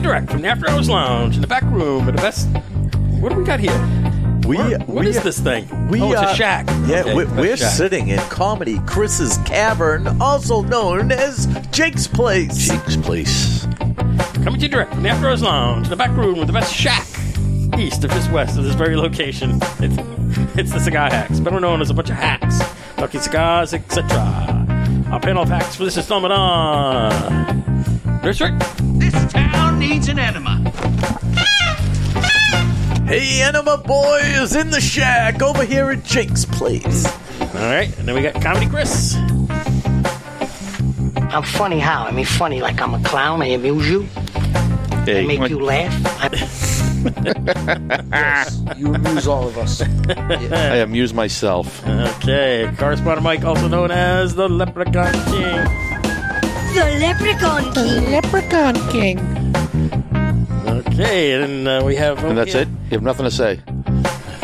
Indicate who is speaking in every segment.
Speaker 1: direct from the After Hours Lounge in the back room of the best. What do we got here?
Speaker 2: We,
Speaker 1: Where- what
Speaker 2: we-
Speaker 1: is this thing?
Speaker 2: We,
Speaker 1: oh, it's
Speaker 2: uh,
Speaker 1: a shack.
Speaker 2: Yeah,
Speaker 1: Okay,
Speaker 2: we,
Speaker 1: it's a
Speaker 2: we're
Speaker 1: shack.
Speaker 2: sitting in comedy Chris's Cavern, also known as Jake's Place.
Speaker 3: Jake's place.
Speaker 1: Coming to you direct from the After Hours Lounge in the back room with the best shack east of this west of this very location. It's, it's the Cigar Hacks, better known as a bunch of hacks, lucky cigars, etc. Our panel of hacks for this installment on. Nurse Rick,
Speaker 4: This town needs an enema.
Speaker 2: Hey, Enema Boy is in the shack over here at Jake's Place.
Speaker 1: All right, and then we got Comedy Chris.
Speaker 5: I'm funny how? I mean, funny like I'm a clown. I amuse you. I make you laugh. I,
Speaker 6: You amuse all of us.
Speaker 3: I amuse myself.
Speaker 1: Okay, correspondent Mike, also known as the Leprechaun King.
Speaker 7: The Leprechaun King.
Speaker 1: Okay, and then uh, we have.
Speaker 3: And that's it? You have nothing to say.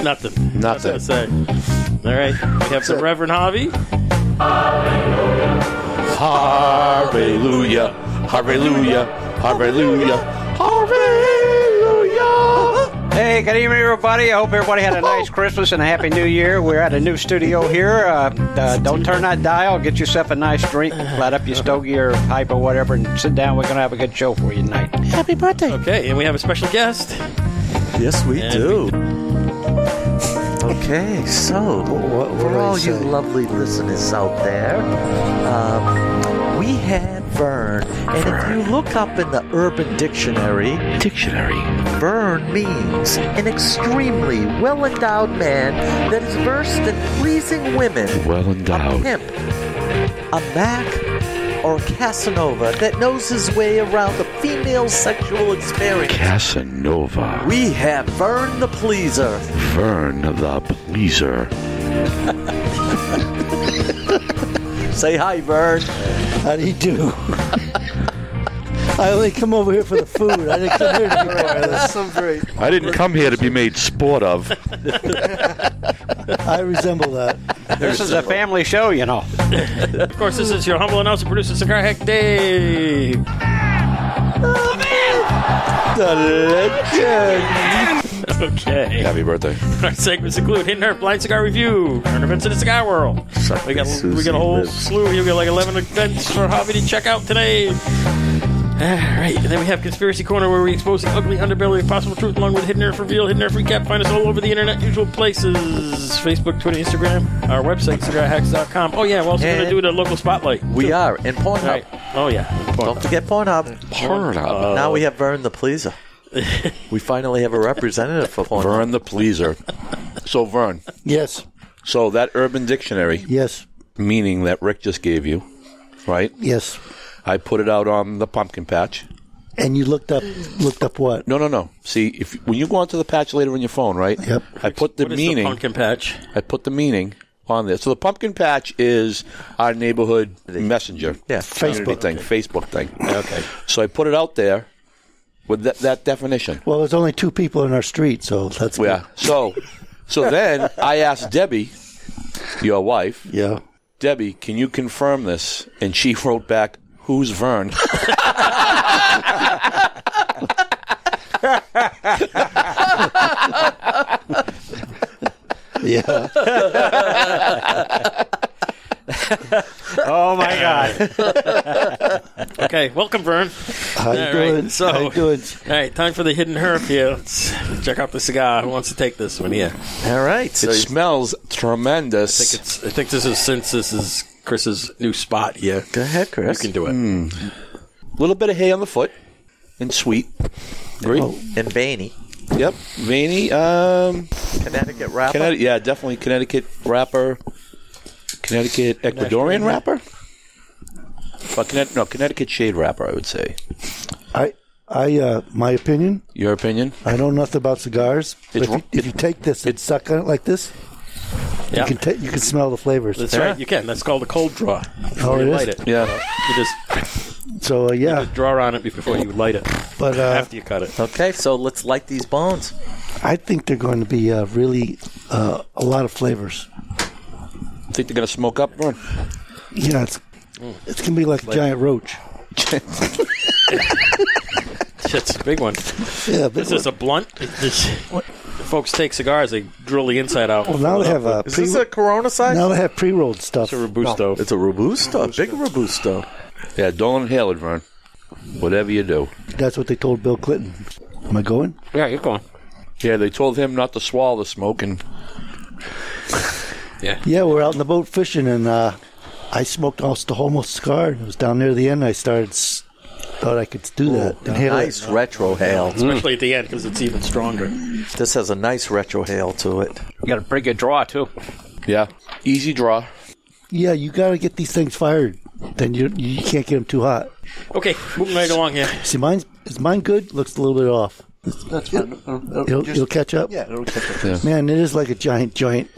Speaker 1: Nothing.
Speaker 3: Nothing.
Speaker 1: to say. All right, we have the Reverend Harvey.
Speaker 3: Hallelujah. Hallelujah. Hallelujah. Hallelujah.
Speaker 8: Hey, good evening, everybody. I hope everybody had a nice Christmas and a happy New Year. We're at a new studio here. Uh, uh, don't turn that dial. Get yourself a nice drink, light up your stogie or pipe or whatever, and sit down. We're gonna have a good show for you tonight.
Speaker 1: Okay, and we have a special guest.
Speaker 2: Yes, we
Speaker 1: And
Speaker 2: do. Okay, so for
Speaker 6: do I
Speaker 2: all you
Speaker 6: say?
Speaker 2: lovely listeners out there, um, we had Vern, and if you look up in the Urban Dictionary,
Speaker 3: Dictionary.
Speaker 2: Vern means an extremely well-endowed man that is versed in pleasing women,
Speaker 3: Well
Speaker 2: a
Speaker 3: endowed.
Speaker 2: pimp, a Mac, or Casanova that knows his way around the female sexual experience.
Speaker 3: Casanova.
Speaker 2: We have Vern the Pleaser.
Speaker 3: Vern the pleaser.
Speaker 2: Say hi, Vern.
Speaker 6: How do you do? I only come over here for the food. I didn't come here to be part of this.
Speaker 9: Some very
Speaker 3: I didn't come here to be made sport of.
Speaker 6: I resemble that.
Speaker 8: This is a family show, you know.
Speaker 1: Of course, this is your humble announcer, producer, Cigar Hack Dave. Okay.
Speaker 3: Happy birthday.
Speaker 1: Our segments include Hidden Earth, Blind Cigar Review, current events in the cigar world. We got, we got a whole slew. You got like 11 events for Hobby to check out today. All right. And then we have Conspiracy Corner, where we expose the ugly underbelly of possible truth along with Hidden Earth Reveal, Hidden Earth Recap. Find us all over the internet, usual places Facebook, Twitter, Instagram, our website, cigarhacks.com. Oh, yeah. We're also going to
Speaker 2: And-
Speaker 1: do the local spotlight.
Speaker 2: We
Speaker 1: too.
Speaker 2: are in Pornhub.
Speaker 1: All right. Oh, yeah.
Speaker 2: Don't forget Pornhub.
Speaker 3: Pornhub.
Speaker 2: now we have Vern the Pleaser. we finally have a representative for Pornhub.
Speaker 3: Vern the pleaser. So Vern.
Speaker 6: Yes.
Speaker 3: So that Urban Dictionary
Speaker 6: Yes.
Speaker 3: meaning that Rick just gave you, right?
Speaker 6: Yes.
Speaker 3: I put it out on the pumpkin patch.
Speaker 6: And you looked up looked up what?
Speaker 3: No, no, no. See, if when you go onto the patch later on your phone, right?
Speaker 6: Yep.
Speaker 3: I put the
Speaker 1: What is the
Speaker 3: meaning.
Speaker 1: pumpkin patch?
Speaker 3: I put the meaning on there. So the pumpkin patch is our neighborhood messenger.
Speaker 2: Yeah.
Speaker 3: community
Speaker 6: Facebook.
Speaker 3: thing, Facebook thing. Okay. So I put it out there with that, that definition.
Speaker 6: Well, there's only two people in our street, so that's
Speaker 3: Yeah. So, so then I asked Debbie, your wife,
Speaker 6: good. Yeah.
Speaker 3: Debbie, can you confirm this? And she wrote back, "Who's Vern?"
Speaker 6: Yeah.
Speaker 8: Oh my God!
Speaker 1: Okay, welcome, Vern.
Speaker 6: How you
Speaker 1: All right,
Speaker 6: doing?
Speaker 1: so-
Speaker 6: How you doing?
Speaker 1: All right, time for the hidden herb here. Let's check out the cigar. Who wants to take this one? Yeah,
Speaker 2: All right. So
Speaker 3: It smells
Speaker 1: I think
Speaker 3: tremendous.
Speaker 1: it's. I think this is since this is Chris's new spot here.
Speaker 2: go ahead, Chris.
Speaker 1: You can do it.
Speaker 6: Hmm.
Speaker 3: A little bit of hay on the foot, and sweet. Agree?
Speaker 2: And Bainey,
Speaker 3: Yep. Veiny. Um,
Speaker 2: Connecticut rapper.
Speaker 3: Connecticut. Yeah, definitely Connecticut rapper. Connecticut Ecuadorian rapper. Well, Connecticut, no, Connecticut shade rapper. I would say.
Speaker 6: I I uh my opinion,
Speaker 3: Your opinion?
Speaker 6: I know nothing about cigars. But
Speaker 3: It's
Speaker 6: if, you,
Speaker 3: wrong-
Speaker 6: if you take this and suck on it like this,
Speaker 1: Yeah,
Speaker 6: you can ta- you can smell the flavors.
Speaker 1: that's right. You can. That's called a cold draw.
Speaker 6: Oh,
Speaker 1: you
Speaker 6: it is?
Speaker 1: light it.
Speaker 3: Yeah.
Speaker 1: You just
Speaker 6: So uh, yeah,
Speaker 1: draw on it before you light it.
Speaker 6: but uh,
Speaker 1: After you cut it.
Speaker 2: Okay, so let's light these bones.
Speaker 6: I think they're going to be uh, really uh, a lot of flavors.
Speaker 3: Think they're gonna smoke up, Vern?
Speaker 6: Yeah, it's it's gonna be like a giant roach.
Speaker 1: That's a big one.
Speaker 6: Yeah, but
Speaker 1: This is a blunt. This- folks take cigars, they drill the inside out.
Speaker 6: well, now they have a
Speaker 9: Is
Speaker 6: pre,
Speaker 9: this a Corona size?
Speaker 6: now they have pre-rolled
Speaker 1: It's
Speaker 6: stuff.
Speaker 1: a Robusto.
Speaker 9: It's a Robusto, a big Robusto.
Speaker 3: Yeah, don't inhale it, Vern. Whatever you do.
Speaker 6: That's what they told Bill Clinton. Am I going?
Speaker 8: Yeah, you're going.
Speaker 3: Yeah, they told him not to swallow the smoke, and
Speaker 6: Yeah, we're out in the boat fishing, and uh, I smoked almost the whole cigar. It was down near the end. I started s- thought I could
Speaker 1: Oh,
Speaker 6: do that. Inhale it.
Speaker 2: Nice retro hail.
Speaker 1: Especially at the end because it's even stronger.
Speaker 2: This has a nice retro hail to it.
Speaker 8: You got a pretty good draw too.
Speaker 3: yeah, easy draw.
Speaker 6: Yeah, you got to get these things fired. Then you you can't get them too hot.
Speaker 1: Okay, moving right along here.
Speaker 6: See, mine's is mine good? Looks a little bit off.
Speaker 2: That's fine.
Speaker 9: Uh,
Speaker 2: It'll,
Speaker 6: It'll, it'll catch up.
Speaker 2: yeah, it'll catch up.
Speaker 6: Man, it is like a giant joint.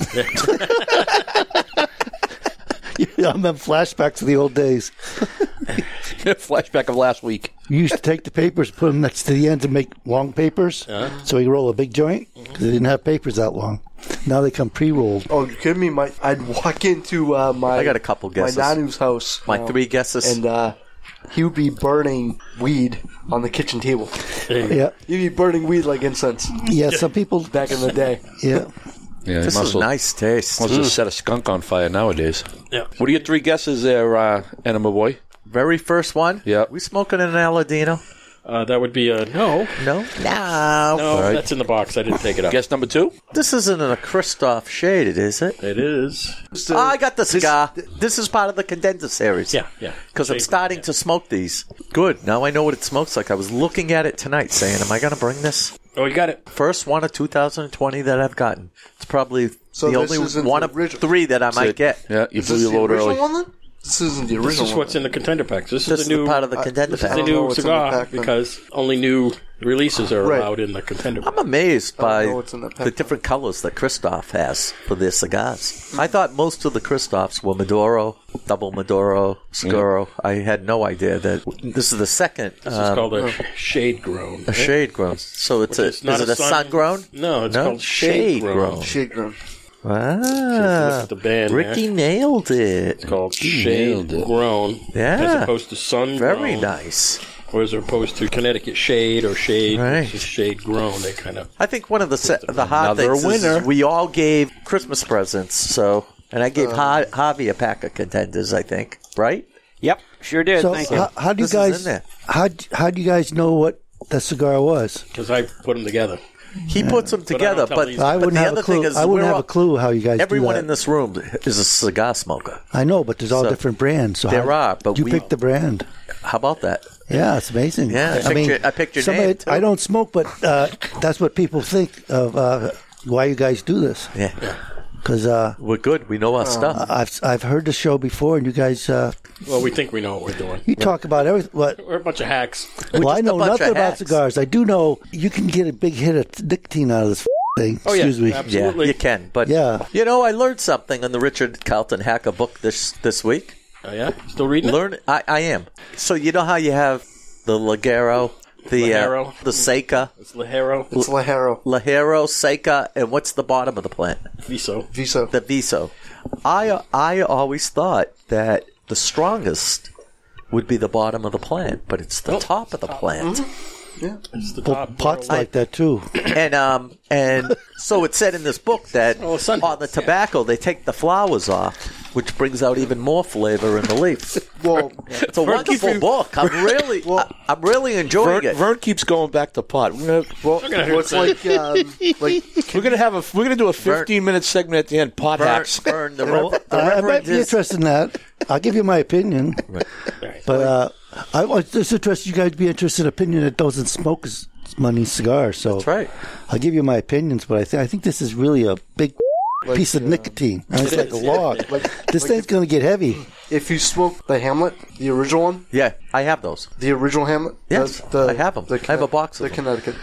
Speaker 6: Yeah, I'm having flashbacks of the old days.
Speaker 3: Flashback of last week.
Speaker 6: You used to take the papers, put them next to the end to make long papers,
Speaker 2: Uh-huh.
Speaker 6: so we could roll a big joint
Speaker 2: Mm-hmm.
Speaker 6: because they didn't have papers that long. Now they come pre-rolled.
Speaker 9: Oh, you kidding me? My, I'd walk into uh, my
Speaker 2: I got a couple guesses.
Speaker 9: my nanu's house.
Speaker 2: My
Speaker 9: now,
Speaker 2: three guesses.
Speaker 9: and uh, he would be burning weed on the kitchen table.
Speaker 6: Yeah,
Speaker 9: He'd be burning weed like incense
Speaker 6: yeah. Some people,
Speaker 9: back in the day.
Speaker 6: yeah.
Speaker 3: Yeah,
Speaker 2: this is nice taste.
Speaker 3: Must have set a skunk on fire nowadays.
Speaker 1: Yeah.
Speaker 3: Mm. What are your three guesses there, uh, Enema Boy?
Speaker 2: Very first one.
Speaker 3: Yeah.
Speaker 2: We smoking an Aladino?
Speaker 1: Uh, that would be a no.
Speaker 2: No. No.
Speaker 1: No,
Speaker 3: right.
Speaker 1: that's in the box. I didn't take it out.
Speaker 3: Guess number two?
Speaker 2: This isn't a Christoph shaded, is it?
Speaker 9: Uh,
Speaker 1: It is.
Speaker 9: So,
Speaker 2: oh, I got the cigar. This, is part of the condenser series.
Speaker 1: Yeah, yeah.
Speaker 2: Because I'm
Speaker 1: Shaded,
Speaker 2: starting to smoke these. Good. Now I know what it smokes like. I was looking at it tonight saying, am I going to bring this?
Speaker 1: Oh, you got it.
Speaker 2: First one of 2020 that I've gotten. It's probably
Speaker 9: So
Speaker 2: the
Speaker 9: this
Speaker 2: only
Speaker 9: isn't
Speaker 2: one
Speaker 9: the
Speaker 2: of
Speaker 9: original-
Speaker 2: three that I might get.
Speaker 3: Yeah, you
Speaker 9: is
Speaker 3: blew
Speaker 9: this
Speaker 3: your
Speaker 9: the
Speaker 3: load
Speaker 9: original
Speaker 3: early.
Speaker 9: one then? This isn't the original
Speaker 1: This is
Speaker 9: one.
Speaker 1: what's in the contender packs. This, is
Speaker 2: This is
Speaker 1: the new
Speaker 2: the part of the
Speaker 9: I-
Speaker 2: contender
Speaker 9: this is
Speaker 2: pack.
Speaker 1: the
Speaker 9: I don't know
Speaker 1: new
Speaker 9: what's in the
Speaker 1: cigar
Speaker 9: pack, then.
Speaker 1: because only new releases are
Speaker 9: Right.
Speaker 1: allowed in the contender.
Speaker 2: I'm amazed
Speaker 9: don't
Speaker 2: by
Speaker 9: know what's in that pack.
Speaker 2: the different colors that Christoph has for their cigars. I thought most of the Christophs were Maduro, double Maduro, Scuro. I had no idea that this is the second
Speaker 1: This is
Speaker 2: um,
Speaker 1: called a shade grown.
Speaker 2: a shade grown. So it's
Speaker 1: Which
Speaker 2: a
Speaker 1: is not
Speaker 2: is it
Speaker 1: a
Speaker 2: a
Speaker 1: sun-
Speaker 2: sun, grown?
Speaker 1: No, it's called shade grown.
Speaker 9: Shade grown.
Speaker 2: Ah,
Speaker 1: Look at the band
Speaker 2: Ricky
Speaker 1: there.
Speaker 2: nailed it.
Speaker 1: It's called
Speaker 3: nailed
Speaker 1: shade
Speaker 3: it.
Speaker 1: grown.
Speaker 2: Yeah.
Speaker 1: As opposed to sun
Speaker 2: Very
Speaker 1: grown,
Speaker 2: nice.
Speaker 1: Or as opposed to Connecticut shade or shade.
Speaker 2: Right.
Speaker 1: It's just shade grown. They kind of.
Speaker 2: I think one of the se- the hard
Speaker 3: Another
Speaker 2: things is
Speaker 3: winner.
Speaker 2: we all gave Christmas presents. So, and I
Speaker 9: Uh.
Speaker 2: gave ha- Javi a pack of contenders. I think right.
Speaker 8: Yep, sure did.
Speaker 6: So uh,
Speaker 8: Thank you.
Speaker 6: how, how do you
Speaker 2: This is in
Speaker 6: guys
Speaker 2: there.
Speaker 6: how d- how do you guys know what the cigar was?
Speaker 1: Because I put them together.
Speaker 2: He puts them together,
Speaker 1: tell
Speaker 2: but,
Speaker 1: these-
Speaker 2: but
Speaker 6: I wouldn't
Speaker 2: the
Speaker 6: have
Speaker 2: other
Speaker 6: a clue.
Speaker 2: thing is
Speaker 6: I wouldn't
Speaker 2: we're
Speaker 6: have
Speaker 2: all-
Speaker 6: a clue how you guys.
Speaker 2: Everyone
Speaker 6: do that.
Speaker 2: in this room is a cigar smoker.
Speaker 6: I know, but there's all
Speaker 2: So-
Speaker 6: different brands. So
Speaker 2: There
Speaker 6: how-
Speaker 2: are, but
Speaker 6: you
Speaker 2: we-
Speaker 6: picked the brand.
Speaker 2: How about that?
Speaker 6: Yeah, it's amazing.
Speaker 2: Yeah, I picked your- I picked your
Speaker 6: some of
Speaker 2: name,
Speaker 6: it-
Speaker 2: too.
Speaker 6: I don't smoke, but uh, that's what people think of uh, why you guys do this.
Speaker 2: Yeah,
Speaker 6: Because uh,
Speaker 2: we're good. We know our stuff.
Speaker 6: I've I've heard the show before, and you guys uh,
Speaker 1: Well, we think we know what we're doing.
Speaker 6: you talk about everything. What?
Speaker 1: We're a bunch of hacks.
Speaker 6: Well, I know
Speaker 2: bunch of
Speaker 6: nothing about
Speaker 2: hacks.
Speaker 6: cigars. I do know you can get a big hit of nicotine out of this thing.
Speaker 1: Oh, yeah,
Speaker 6: Excuse me.
Speaker 1: absolutely.
Speaker 2: yeah, you can. But
Speaker 6: Yeah.
Speaker 2: you know, I learned something in the Richard Carlton Hacker book this this week.
Speaker 1: Oh, yeah? Still reading it?
Speaker 2: Learn. I, I am. So you know how you have the Lagero, the
Speaker 1: Lajero.
Speaker 2: Uh, the Seca,
Speaker 1: It's Lajero
Speaker 9: It's Lajero.
Speaker 2: Lajero, Seca, and what's the bottom of the plant?
Speaker 1: Viso.
Speaker 9: Viso.
Speaker 2: The Viso. I I always thought that the strongest would be the bottom of the plant, but it's
Speaker 3: Oh.
Speaker 2: the top of the plant.
Speaker 1: It's the
Speaker 6: Well,
Speaker 1: top.
Speaker 6: pots like that too.
Speaker 2: and um and so it said in this book that
Speaker 1: Oh, sun-
Speaker 2: on the tobacco they take the flowers off, which brings out even more flavor in the leaf.
Speaker 9: Well,
Speaker 2: It's a wonderful book. I'm really I, am really enjoying
Speaker 3: Vern,
Speaker 2: it.
Speaker 3: Vern keeps going back to pot. We're gonna,
Speaker 9: well, what's like, um, like
Speaker 3: we're gonna have a we're gonna do a fifteen minute segment at the end. Pot
Speaker 2: Vern,
Speaker 3: hacks.
Speaker 2: Vern, the,
Speaker 6: Well,
Speaker 2: rever- the
Speaker 6: I, I might
Speaker 2: reverend
Speaker 6: be
Speaker 2: is
Speaker 6: interested in that. I'll give you my opinion. But uh, I was just interested you guys be interested in opinion that doesn't smoke s- money cigar. So
Speaker 2: That's right.
Speaker 6: I'll give you my opinions, but I think I think this is really a big piece
Speaker 1: uh,
Speaker 6: of nicotine. And it's like a log. this thing's going to get heavy.
Speaker 9: if you smoke the Hamlet, the original one,
Speaker 2: Yeah, I have those.
Speaker 9: the original Hamlet.
Speaker 2: Yes,
Speaker 9: that's the,
Speaker 2: I have 'em.
Speaker 9: the
Speaker 2: I have a box of
Speaker 9: the Connecticut.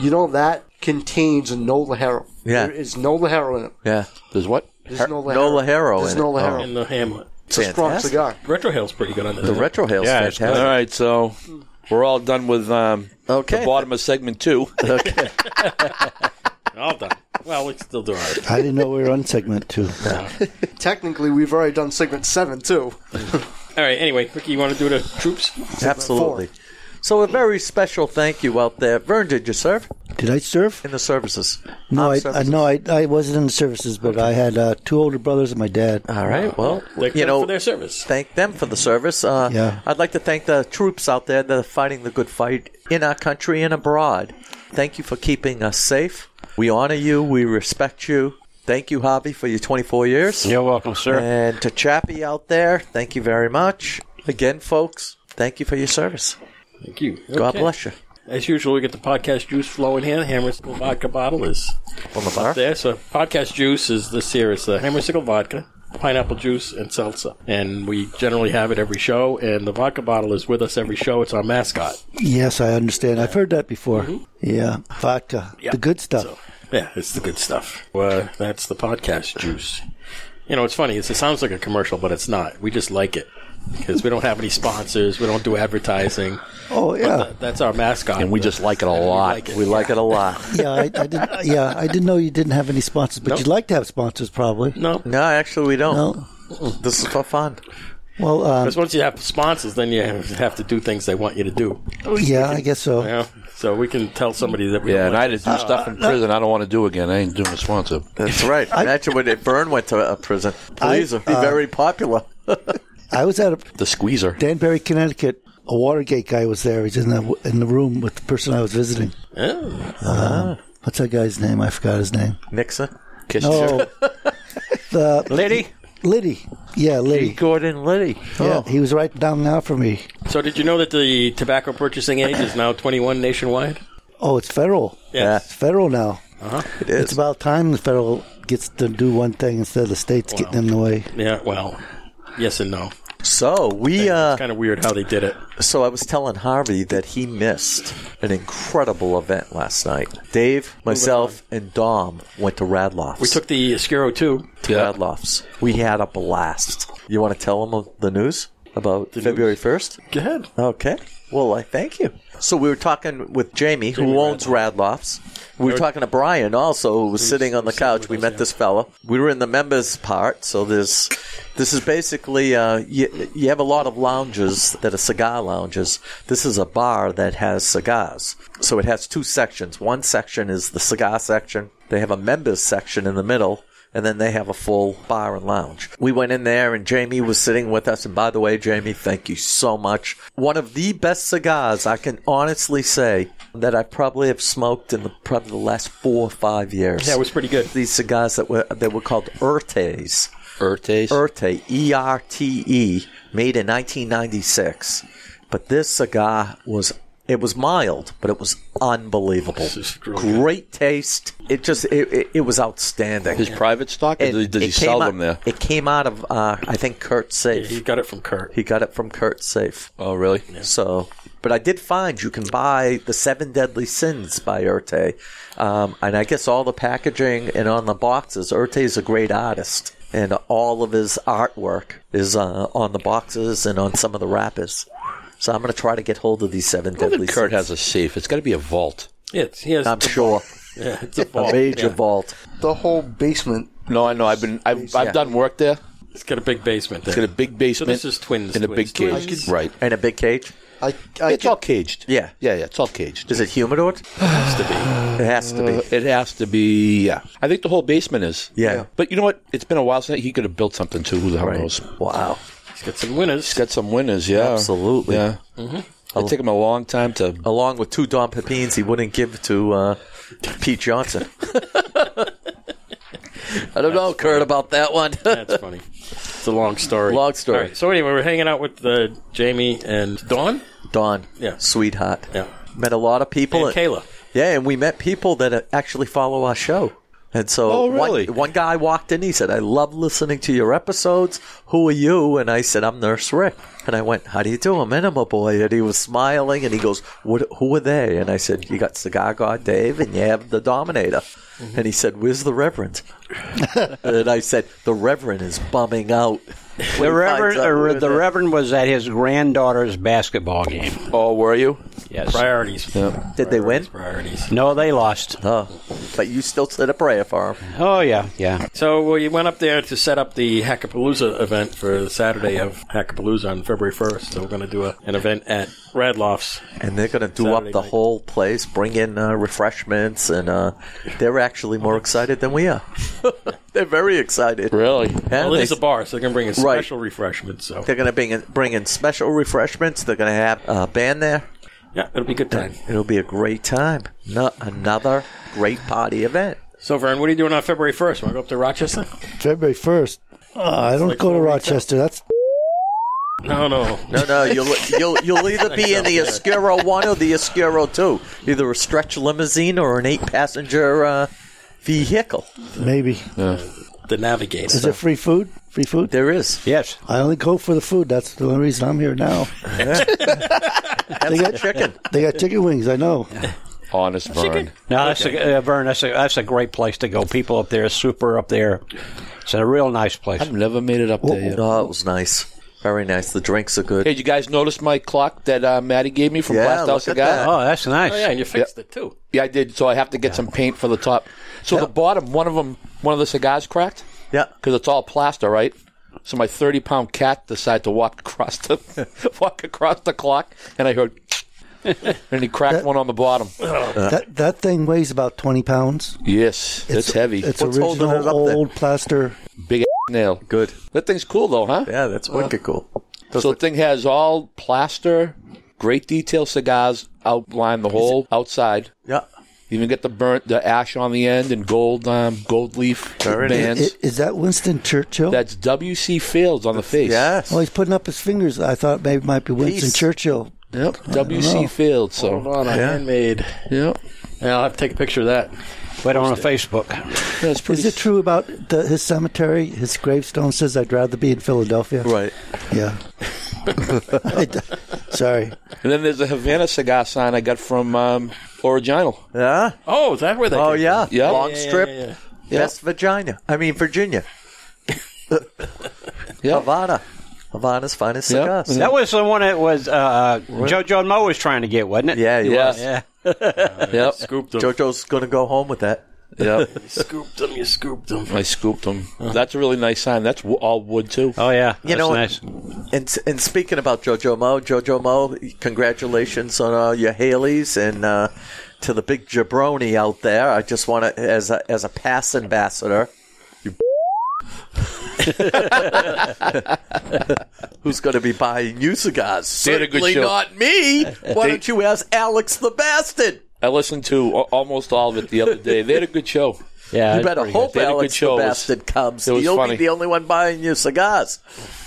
Speaker 9: You know that contains no Lajero.
Speaker 2: Yeah.
Speaker 9: there is no Lajero in it.
Speaker 2: Yeah,
Speaker 3: There's what?
Speaker 9: There's
Speaker 2: Her-
Speaker 9: no Lajero.
Speaker 2: no Lajero
Speaker 9: There's
Speaker 2: in it. Oh.
Speaker 9: no Lajero.
Speaker 1: In the Hamlet.
Speaker 9: It's a strong
Speaker 2: Fantastic.
Speaker 9: cigar.
Speaker 1: Retrohale's pretty good on this.
Speaker 2: the retro hail's
Speaker 3: Yeah. All
Speaker 2: fantastic.
Speaker 3: right. So we're all done with um,
Speaker 2: Okay.
Speaker 3: the bottom of segment two.
Speaker 1: All done. Well, we still do all right.
Speaker 6: I didn't know we were on segment two.
Speaker 9: Technically, we've already done segment seven too.
Speaker 1: All right, anyway, Ricky, you want to do the troops?
Speaker 2: Absolutely. So a very special thank you out there. Vern, did you serve
Speaker 6: Did I serve?
Speaker 2: in the services?
Speaker 6: No,
Speaker 2: Armed
Speaker 6: I, I
Speaker 2: services?
Speaker 6: no, I, I wasn't in the services, but I had uh, two older brothers and my dad.
Speaker 2: All right. Well,
Speaker 1: Thank
Speaker 2: you
Speaker 1: them
Speaker 2: know,
Speaker 1: for their service.
Speaker 2: thank them for the service. Uh,
Speaker 6: Yeah.
Speaker 2: I'd like to thank the troops out there that are fighting the good fight in our country and abroad. Thank you for keeping us safe. We honor you. We respect you. Thank you, Hobby, for your 24 years.
Speaker 8: You're welcome, sir.
Speaker 2: And to Chappie out there, thank you very much. Again, folks, thank you for your service.
Speaker 1: Thank you.
Speaker 2: God
Speaker 1: Okay.
Speaker 2: bless you.
Speaker 1: As usual, we get the podcast juice flowing here. The Hammersickle vodka bottle is
Speaker 2: From the bar.
Speaker 1: there. So, podcast juice is this here. It's the Hammersickle vodka, pineapple juice, and salsa. And we generally have it every show. And the vodka bottle is with us every show. It's our mascot.
Speaker 6: Yes, I understand. I've heard that before. Yeah, vodka,
Speaker 1: Mm-hmm. Yeah.
Speaker 6: the good stuff.
Speaker 1: So, yeah, it's the good stuff. Uh, that's the podcast juice. You know, it's funny. It's, it sounds like a commercial, but it's not. We just like it because we don't have any sponsors. We don't do advertising.
Speaker 6: oh yeah,
Speaker 1: That's our mascot.
Speaker 3: And we just like it a lot.
Speaker 1: like it.
Speaker 2: We like it a lot.
Speaker 6: yeah. I, I did. Yeah, I didn't know you didn't have any sponsors, but
Speaker 1: Nope.
Speaker 6: you'd like to have sponsors, probably.
Speaker 1: no.
Speaker 2: no, actually, we don't.
Speaker 6: No.
Speaker 2: This is for fun.
Speaker 6: Well, um,
Speaker 1: Because once you have sponsors, then you have to do things they want you to do.
Speaker 6: yeah, I guess so.
Speaker 1: You know? So we can tell somebody that we
Speaker 3: Yeah,
Speaker 1: don't
Speaker 3: and I
Speaker 1: like.
Speaker 3: had to do stuff in prison I don't want to do again. I ain't doing a sponsor.
Speaker 2: That's right. Imagine when Vern went to a prison.
Speaker 6: I- uh,
Speaker 2: Please, be very popular.
Speaker 6: I was at a
Speaker 3: The squeezer.
Speaker 6: Danbury, Connecticut. A Watergate guy was there. He's in the in the room with the person I was visiting. Um,
Speaker 1: Yeah.
Speaker 6: What's that guy's name? I forgot his name.
Speaker 2: Nixon.
Speaker 6: Oh, the
Speaker 8: Liddy?
Speaker 6: Liddy. Yeah, Liddy.
Speaker 2: Gordon Liddy.
Speaker 6: Yeah, he was right down now for me.
Speaker 1: So did you know that the tobacco purchasing age is now 21 nationwide?
Speaker 6: Oh, it's federal.
Speaker 1: Yes.
Speaker 6: It's federal now.
Speaker 2: It is.
Speaker 6: It's about time the federal gets to do one thing instead of the states getting in the way.
Speaker 1: Yeah. Well, yes and no.
Speaker 2: so we uh,
Speaker 1: It's kind of weird how they did it.
Speaker 2: so I was telling Harvey that he missed an incredible event last night. Dave, myself, and Dom went to Radloff's.
Speaker 1: We took the Scaro 2.
Speaker 2: to Radloff's. We had a blast. You want to tell him the news about February first?
Speaker 1: Go ahead.
Speaker 2: Okay. Well, I thank you. So we were talking with Jamie, who owns Radloff's. We were talking to Brian also, who was sitting on the couch. We met this fella. We were in the members part, so there's this is basically uh, you, you have a lot of lounges that are cigar lounges. This is a bar that has cigars, so it has two sections. One section is the cigar section. They have a members section in the middle, and then they have a full bar and lounge. We went in there, and Jamie was sitting with us. And by the way, Jamie, thank you so much. One of the best cigars I can honestly say that I probably have smoked in the, probably the last four or five years.
Speaker 1: Yeah, it was pretty good.
Speaker 2: These cigars that were that were called Ertes.
Speaker 3: Ertes.
Speaker 2: Erte, E R T E, made in 1996. But this cigar was it was mild, but it was unbelievable.
Speaker 1: is really good.
Speaker 2: Great taste. It just it, it, it was outstanding.
Speaker 3: His private stock? Or did, did he
Speaker 2: it came
Speaker 3: sell
Speaker 2: out,
Speaker 3: them there?
Speaker 2: It came out of uh, I think Kurt's safe.
Speaker 1: He got it from Kurt.
Speaker 2: He got it from Kurt's safe.
Speaker 3: Oh, really?
Speaker 2: So, but I did find you can buy the Seven Deadly Sins by Erte, um, and I guess all the packaging and on the boxes. Erte is a great artist, and all of his artwork is uh, on the boxes and on some of the wrappers. So I'm going to try to get hold of these Seven
Speaker 3: I
Speaker 2: Deadly
Speaker 3: think Kurt
Speaker 2: Sins.
Speaker 3: has a safe. It's got to be a vault.
Speaker 1: Yeah, it's- he has
Speaker 2: I'm sure
Speaker 1: yeah, it's a
Speaker 2: a
Speaker 1: vault.
Speaker 2: major
Speaker 1: Yeah.
Speaker 2: vault.
Speaker 9: The whole basement.
Speaker 3: No, I know. I've been. I've, I've done work there.
Speaker 1: It's got a big basement there.
Speaker 3: It's got a big basement.
Speaker 1: So this is twins.
Speaker 3: in a
Speaker 1: twins,
Speaker 3: big cage.
Speaker 1: twins.
Speaker 3: Right.
Speaker 2: and a big cage.
Speaker 9: I, I
Speaker 3: It's all caged.
Speaker 2: Yeah.
Speaker 3: Yeah, yeah. It's all caged.
Speaker 2: Is it humidor? It
Speaker 1: Has to
Speaker 2: has to be.
Speaker 3: It has to be. Yeah. I think the whole basement is.
Speaker 2: Yeah. Yeah.
Speaker 3: But you know what? It's been a while since he could have built something too. Who the hell knows?
Speaker 2: Wow.
Speaker 1: be. He's got some winners.
Speaker 3: Got some winners. Yeah.
Speaker 2: Absolutely.
Speaker 3: Yeah. It took him a long time to.
Speaker 2: Along with two Dom Pepines, he wouldn't give to uh, Pete Johnson. I don't know, Kurt, about that one.
Speaker 1: That's funny. It's a long story.
Speaker 2: Long story.
Speaker 1: All right, so anyway, we're hanging out with uh, Jamie and Dawn.
Speaker 2: Don,
Speaker 1: Yeah.
Speaker 2: sweetheart.
Speaker 1: Yeah.
Speaker 2: Met a lot of people.
Speaker 1: And Kayla.
Speaker 2: Yeah, and we met people that uh, actually follow our show. And so
Speaker 3: Oh,
Speaker 2: one-
Speaker 3: really?
Speaker 2: one, guy walked in, he said, I love listening to your episodes. Who are you? And I said, I'm Nurse Rick. And I went, How do you do? I'm Enema Boy. And he was smiling and he goes, what, Who are they? And I said, You got Cigar God Dave and you have the Dominator.
Speaker 3: Mm-hmm.
Speaker 2: And he said, Where's the Reverend? and I said, The Reverend is bumming out.
Speaker 8: The Reverend,
Speaker 2: out
Speaker 8: or
Speaker 2: where
Speaker 8: the
Speaker 2: the-
Speaker 8: Reverend was at his granddaughter's basketball game.
Speaker 3: Oh, were you?
Speaker 8: Yes.
Speaker 1: Priorities.
Speaker 2: Did they win?
Speaker 1: Priorities.
Speaker 8: No, they lost.
Speaker 2: Oh, but you still said a prayer for him.
Speaker 8: Oh yeah, yeah.
Speaker 1: So well, you went up there to set up the Hackapalooza event for the Saturday of Hackapalooza on February 1st. So we're going to do a, an event at Radloff's.
Speaker 2: And they're going to do
Speaker 1: Saturday
Speaker 2: up the
Speaker 1: night.
Speaker 2: whole place, bring in uh, refreshments, and uh, they're actually more excited than we are. they're very excited.
Speaker 3: Really?
Speaker 2: And
Speaker 1: Well, it is
Speaker 2: they-
Speaker 1: a bar, so they're going to bring in
Speaker 2: Right.
Speaker 1: special refreshments. So
Speaker 2: they're going to bring in, bring in special refreshments. They're going to have a band there.
Speaker 1: yeah, it'll be a good time.
Speaker 2: It'll be a great time. No, another great party event.
Speaker 1: So Vern, what are you doing on February 1st? Want to go up to Rochester?
Speaker 6: February 1st. Uh, I don't go to Rochester. That's
Speaker 1: No, no.
Speaker 2: No, no, you'll you'll you'll either be in the Oscuro one or the Oscuro two, either a stretch limousine or an eight-passenger uh, vehicle.
Speaker 6: maybe.
Speaker 1: The Navigator.
Speaker 6: Is there free food? Free food?
Speaker 2: There is.
Speaker 8: Yes.
Speaker 6: I only go for the food. That's the only reason I'm here now.
Speaker 2: That's a chicken.
Speaker 6: They got chicken wings. I know.
Speaker 3: Honest Vern.
Speaker 8: No, that's a, uh, Vern. That's a that's a great place to go. People up there, super up there. It's a real nice place.
Speaker 3: I've never made it up there yet.
Speaker 2: Oh, it was nice. Very nice. The drinks are good.
Speaker 3: Hey, did you guys notice my clock that uh, Maddie gave me from
Speaker 2: Yeah,
Speaker 3: Blast Out
Speaker 2: look at
Speaker 3: Cigar?
Speaker 2: that.
Speaker 8: Oh, that's nice.
Speaker 1: Oh, yeah, and you fixed it too.
Speaker 3: Yeah, I did. So I have to get some paint for the top. So the bottom, one of them, one of the cigars cracked
Speaker 2: Yeah.
Speaker 3: because it's all plaster, right? So my thirty-pound cat decided to walk across the walk across the clock, and I heard, and he cracked one on the bottom.
Speaker 6: that that thing weighs about 20 pounds.
Speaker 3: Yes, that's heavy.
Speaker 6: It's
Speaker 2: What's holding
Speaker 6: original
Speaker 2: it up there?
Speaker 6: old plaster.
Speaker 3: Big nail.
Speaker 2: Good.
Speaker 3: That thing's cool though, huh?
Speaker 2: Yeah, that's wicked cool.
Speaker 3: So the thing has all plaster, great detail cigars outline the whole outside.
Speaker 2: Yeah.
Speaker 3: You even get the burnt, the ash on the end, and gold, um, gold leaf
Speaker 2: There it is.
Speaker 3: bands.
Speaker 6: I- is that Winston Churchill?
Speaker 3: That's W.C. Fields on the face.
Speaker 2: Yes.
Speaker 6: oh, he's putting up his fingers. I thought maybe it might be Winston
Speaker 2: Peace.
Speaker 6: Churchill.
Speaker 3: Yep. W.C. Fields.
Speaker 1: Hold
Speaker 3: So.
Speaker 1: on, I
Speaker 2: Yeah.
Speaker 1: handmade.
Speaker 3: Yep.
Speaker 1: Yeah, I'll have to take a picture of that.
Speaker 8: Put it on Facebook.
Speaker 3: That's pretty.
Speaker 6: Is it true about the, his cemetery? His gravestone says, "I'd rather be in Philadelphia."
Speaker 2: Right.
Speaker 6: Yeah. I d- Sorry.
Speaker 3: and then there's a Havana cigar sign I got from um, Original.
Speaker 2: Yeah.
Speaker 1: Oh, is that where they?
Speaker 2: Oh
Speaker 1: came
Speaker 2: yeah.
Speaker 3: Yeah.
Speaker 2: Long
Speaker 3: Yeah,
Speaker 2: strip.
Speaker 1: yeah, yeah.
Speaker 2: Best Virginia. I mean Virginia.
Speaker 3: Yeah.
Speaker 2: Havana. Havana's finest
Speaker 3: Yeah.
Speaker 2: cigars.
Speaker 3: And
Speaker 2: Yeah.
Speaker 8: That was the one that was uh, JoJo and Mo was trying to get, wasn't it?
Speaker 2: Yeah, he
Speaker 3: Yeah.
Speaker 2: was.
Speaker 8: Yeah.
Speaker 3: Yep.
Speaker 1: from? Scooped them.
Speaker 2: JoJo's gonna go home with that.
Speaker 3: Yep.
Speaker 1: You scooped them. You scooped them.
Speaker 3: I scooped them. That's a really nice sign. That's w- all wood too.
Speaker 8: Oh yeah. That's
Speaker 2: know what?
Speaker 8: nice.
Speaker 2: And and speaking about JoJo Mo, JoJo Mo, congratulations on uh, your Haley's and uh, to the big jabroni out there. I just want to, as a, as a pass ambassador, you who's going to be buying you cigars?
Speaker 3: They had a good
Speaker 2: Certainly
Speaker 3: show.
Speaker 2: not me. Why don't you ask Alex the Bastard?
Speaker 3: I listened to a- almost all of it the other day. They had a good show.
Speaker 8: Yeah.
Speaker 2: You better
Speaker 3: pretty good.
Speaker 2: hope
Speaker 3: They had a good
Speaker 2: Alex
Speaker 3: show.
Speaker 2: the
Speaker 3: It was-
Speaker 2: Bastard comes.
Speaker 3: it was
Speaker 2: You'll
Speaker 3: funny.
Speaker 2: be the only one buying your cigars.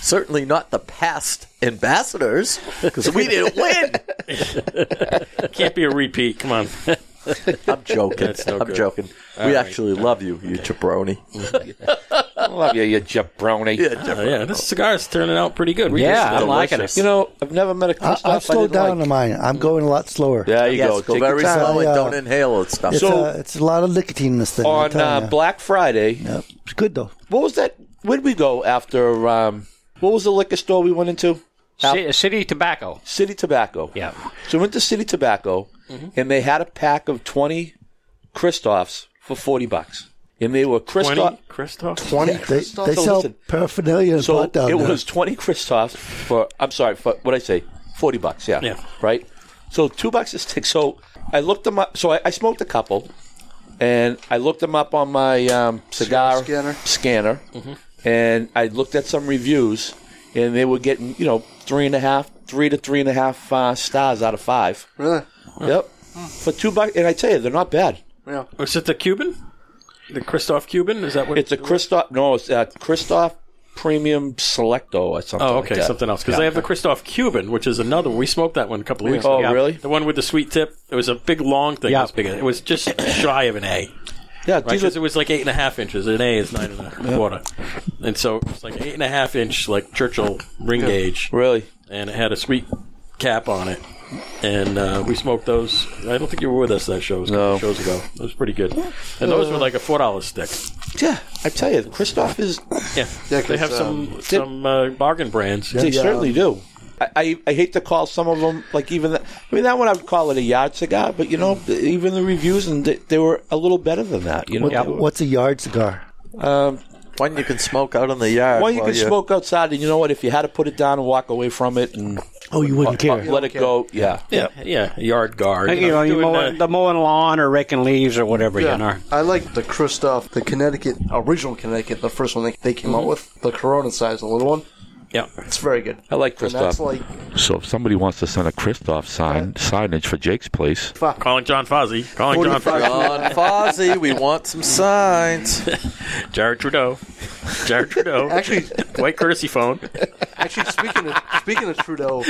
Speaker 2: Certainly not the past ambassadors, because we didn't win.
Speaker 1: Can't be a repeat. Come on.
Speaker 2: I'm joking.
Speaker 1: That's no
Speaker 2: I'm
Speaker 1: good.
Speaker 2: joking. we actually love you, you jabroni.
Speaker 3: I love you, you jabroni.
Speaker 1: Oh, yeah, this cigar's turning out pretty good. We
Speaker 8: Yeah,
Speaker 1: just-
Speaker 8: I'm liking it.
Speaker 3: You know, I've never met a
Speaker 6: I,
Speaker 3: Christoph
Speaker 6: I've slowed
Speaker 3: didn't
Speaker 6: down
Speaker 3: like.
Speaker 6: on mine. I'm going a lot slower.
Speaker 3: There you
Speaker 2: yes,
Speaker 3: go.
Speaker 2: go
Speaker 3: Take
Speaker 2: very
Speaker 3: your time.
Speaker 2: slow
Speaker 6: Yeah.
Speaker 2: and don't inhale and stuff.
Speaker 6: It's,
Speaker 3: So-
Speaker 6: uh, it's a lot of nicotine. in This thing I'm
Speaker 3: On
Speaker 6: telling
Speaker 3: uh,
Speaker 6: ya.
Speaker 3: Black Friday,
Speaker 6: Yeah, it's good though.
Speaker 3: what was that? Where'd we go after? Um, what was the liquor store we went into?
Speaker 8: Ci- City Tobacco.
Speaker 3: City Tobacco.
Speaker 8: Yeah.
Speaker 3: So we went to City Tobacco, and they had a pack of twenty Christophs for forty bucks, and they were Christoph.
Speaker 1: 20, Christoph.
Speaker 6: 20. They,
Speaker 3: So
Speaker 6: they sell
Speaker 3: listen.
Speaker 6: paraphernalia and
Speaker 3: So
Speaker 6: pot down
Speaker 3: it
Speaker 6: there.
Speaker 3: was twenty Christophs for. I'm sorry, for what I say, forty bucks. Yeah.
Speaker 1: Yeah.
Speaker 3: Right. So two bucks a stick. So I looked them up. So I, I smoked a couple, and I looked them up on my um, cigar
Speaker 9: Scanner.
Speaker 3: scanner, and I looked at some reviews, and they were getting you know three and a half, three to three and a half uh, stars out of five.
Speaker 9: Really?
Speaker 3: Yep. For two bucks, and I tell you, they're not bad.
Speaker 9: Yeah.
Speaker 1: Oh, Is it the Cuban? The Christoph Cuban? Is that what?
Speaker 3: It's a Christoph. No, it's a Christoph Premium Selecto or something.
Speaker 1: Oh,
Speaker 3: like
Speaker 1: okay,
Speaker 3: that.
Speaker 1: something else. Because
Speaker 3: Yeah.
Speaker 1: they have the Christoph Cuban, which is another one. We smoked that one a couple of weeks
Speaker 3: Oh,
Speaker 1: ago.
Speaker 3: really?
Speaker 1: The one with the sweet tip. It was a big, long thing.
Speaker 8: Yeah.
Speaker 1: It, was big. it was just shy of an A.
Speaker 3: Yeah,
Speaker 1: Right?
Speaker 3: these are
Speaker 1: 'Cause it was like eight and a half inches. An A is nine and a quarter. And so it was like eight and a half inch, like Churchill ring gauge.
Speaker 3: really.
Speaker 1: And it had a sweet cap on it. And uh, we smoked those. I don't think you were with us that show. It was a couple
Speaker 3: No.
Speaker 1: shows ago. It was pretty good. And those were like a $4 stick.
Speaker 3: Yeah, I tell you, Christoph is.
Speaker 1: Yeah, they
Speaker 9: Yeah, 'cause,
Speaker 1: have some some uh, bargain brands.
Speaker 3: They certainly do. I, I, I hate to call some of them like even the, I mean that one I would call it a yard cigar, but you know th- even the reviews and they, they were a little better than that. You know,
Speaker 8: Yeah.
Speaker 3: They were-
Speaker 6: What's a yard cigar?
Speaker 3: um,
Speaker 2: One you can smoke out on the yard.
Speaker 3: one you
Speaker 2: while
Speaker 3: can smoke outside, and you know what? If you had to put it down and walk away from it and
Speaker 6: Oh, you wouldn't
Speaker 3: uh,
Speaker 6: care.
Speaker 3: let it go, yeah,
Speaker 1: Yeah, yeah, yard guard.
Speaker 8: Like, you know, you
Speaker 1: doing,
Speaker 8: mow,
Speaker 1: uh,
Speaker 8: the mowing lawn or raking leaves or whatever, you know.
Speaker 9: I like the Christoph, the Connecticut, original Connecticut, the first one they, they came out with, the Corona size, the little one.
Speaker 1: yeah.
Speaker 9: It's very good.
Speaker 3: I like
Speaker 9: And that's
Speaker 3: Christoph.
Speaker 9: like,
Speaker 10: So if somebody wants to send a Christoph sign signage for Jake's place,
Speaker 1: Calling John Fozzie. Calling John Fozzie.
Speaker 2: John Fozzie, we want some signs.
Speaker 1: Jared Trudeau. Jared Trudeau.
Speaker 9: Actually-
Speaker 1: white courtesy phone.
Speaker 9: actually, speaking of, speaking of Trudeau,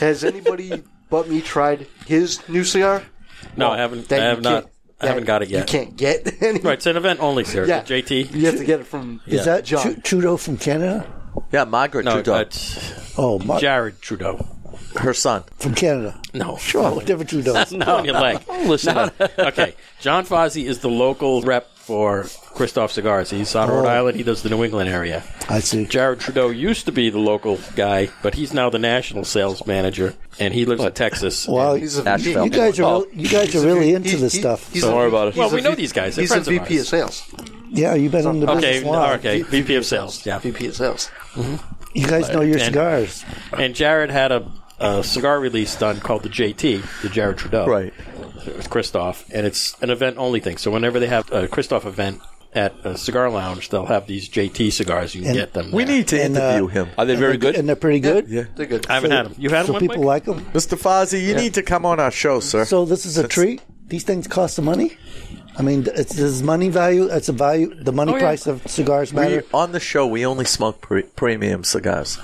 Speaker 9: has anybody but me tried his new cigar?
Speaker 1: No, I haven't. I
Speaker 9: That you
Speaker 1: have not.
Speaker 9: can't-
Speaker 1: I haven't
Speaker 9: that
Speaker 1: got it
Speaker 9: You
Speaker 1: yet.
Speaker 9: can't get any.
Speaker 1: Right, it's an event only, sir.
Speaker 9: Yeah.
Speaker 1: JT.
Speaker 9: You have to get it from.
Speaker 6: Is that
Speaker 9: John.
Speaker 6: Tru- Trudeau from Canada?
Speaker 2: Yeah, Margaret
Speaker 1: No,
Speaker 2: Trudeau,
Speaker 1: it's
Speaker 6: Oh, my,
Speaker 1: Jared Trudeau.
Speaker 2: her son.
Speaker 6: from Canada.
Speaker 1: No,
Speaker 6: Oh, different Trudeau.
Speaker 1: no, on your leg.
Speaker 3: Listen, up.
Speaker 1: okay, John Fozzie is the local rep for Christoph Cigars. He's on Rhode Island. He does the New England area.
Speaker 6: I see.
Speaker 1: Jared Trudeau used to be the local guy, but he's now the national sales manager, and he lives in Texas.
Speaker 6: Wow,
Speaker 9: Oh, He's a
Speaker 2: Asheville.
Speaker 9: VP.
Speaker 6: you guys are real, you guys are really into this stuff.
Speaker 9: he's
Speaker 3: Don't
Speaker 9: a-
Speaker 3: worry about it.
Speaker 9: he's
Speaker 1: Well,
Speaker 9: a
Speaker 1: we know
Speaker 9: VP
Speaker 1: these guys. They're
Speaker 9: He's a
Speaker 1: friends of
Speaker 9: VP of
Speaker 1: ours.
Speaker 9: sales.
Speaker 6: yeah, you've been in the
Speaker 1: Okay,
Speaker 6: business long.
Speaker 1: okay, VP of sales. Yeah,
Speaker 9: VP of sales.
Speaker 6: You guys know your
Speaker 1: And-
Speaker 6: cigars.
Speaker 1: and Jared had a, a cigar release done called the JT, the Jared
Speaker 3: Oh.
Speaker 1: Trudeau,
Speaker 2: Right.
Speaker 1: with Christoph, and it's an event only thing. So whenever they have a Christoph event at a cigar lounge, they'll have these JT cigars. You can
Speaker 6: And
Speaker 1: get them.
Speaker 2: We
Speaker 1: there.
Speaker 2: need to
Speaker 6: And, uh,
Speaker 2: interview him.
Speaker 3: are they very good?
Speaker 6: and they're pretty good.
Speaker 2: Yeah.
Speaker 9: They're good.
Speaker 1: I haven't had them. You had
Speaker 6: so
Speaker 1: one.
Speaker 6: people
Speaker 1: Mike?
Speaker 6: like them.
Speaker 2: Mr. Fozzie, you need to come on our show, sir.
Speaker 6: So this is a treat. These things cost some money. I mean, th- it's there's money value. It's a value. The money
Speaker 1: Oh, yeah.
Speaker 6: price of cigars
Speaker 2: we,
Speaker 6: matter.
Speaker 2: on the show, we only smoke pre- premium cigars.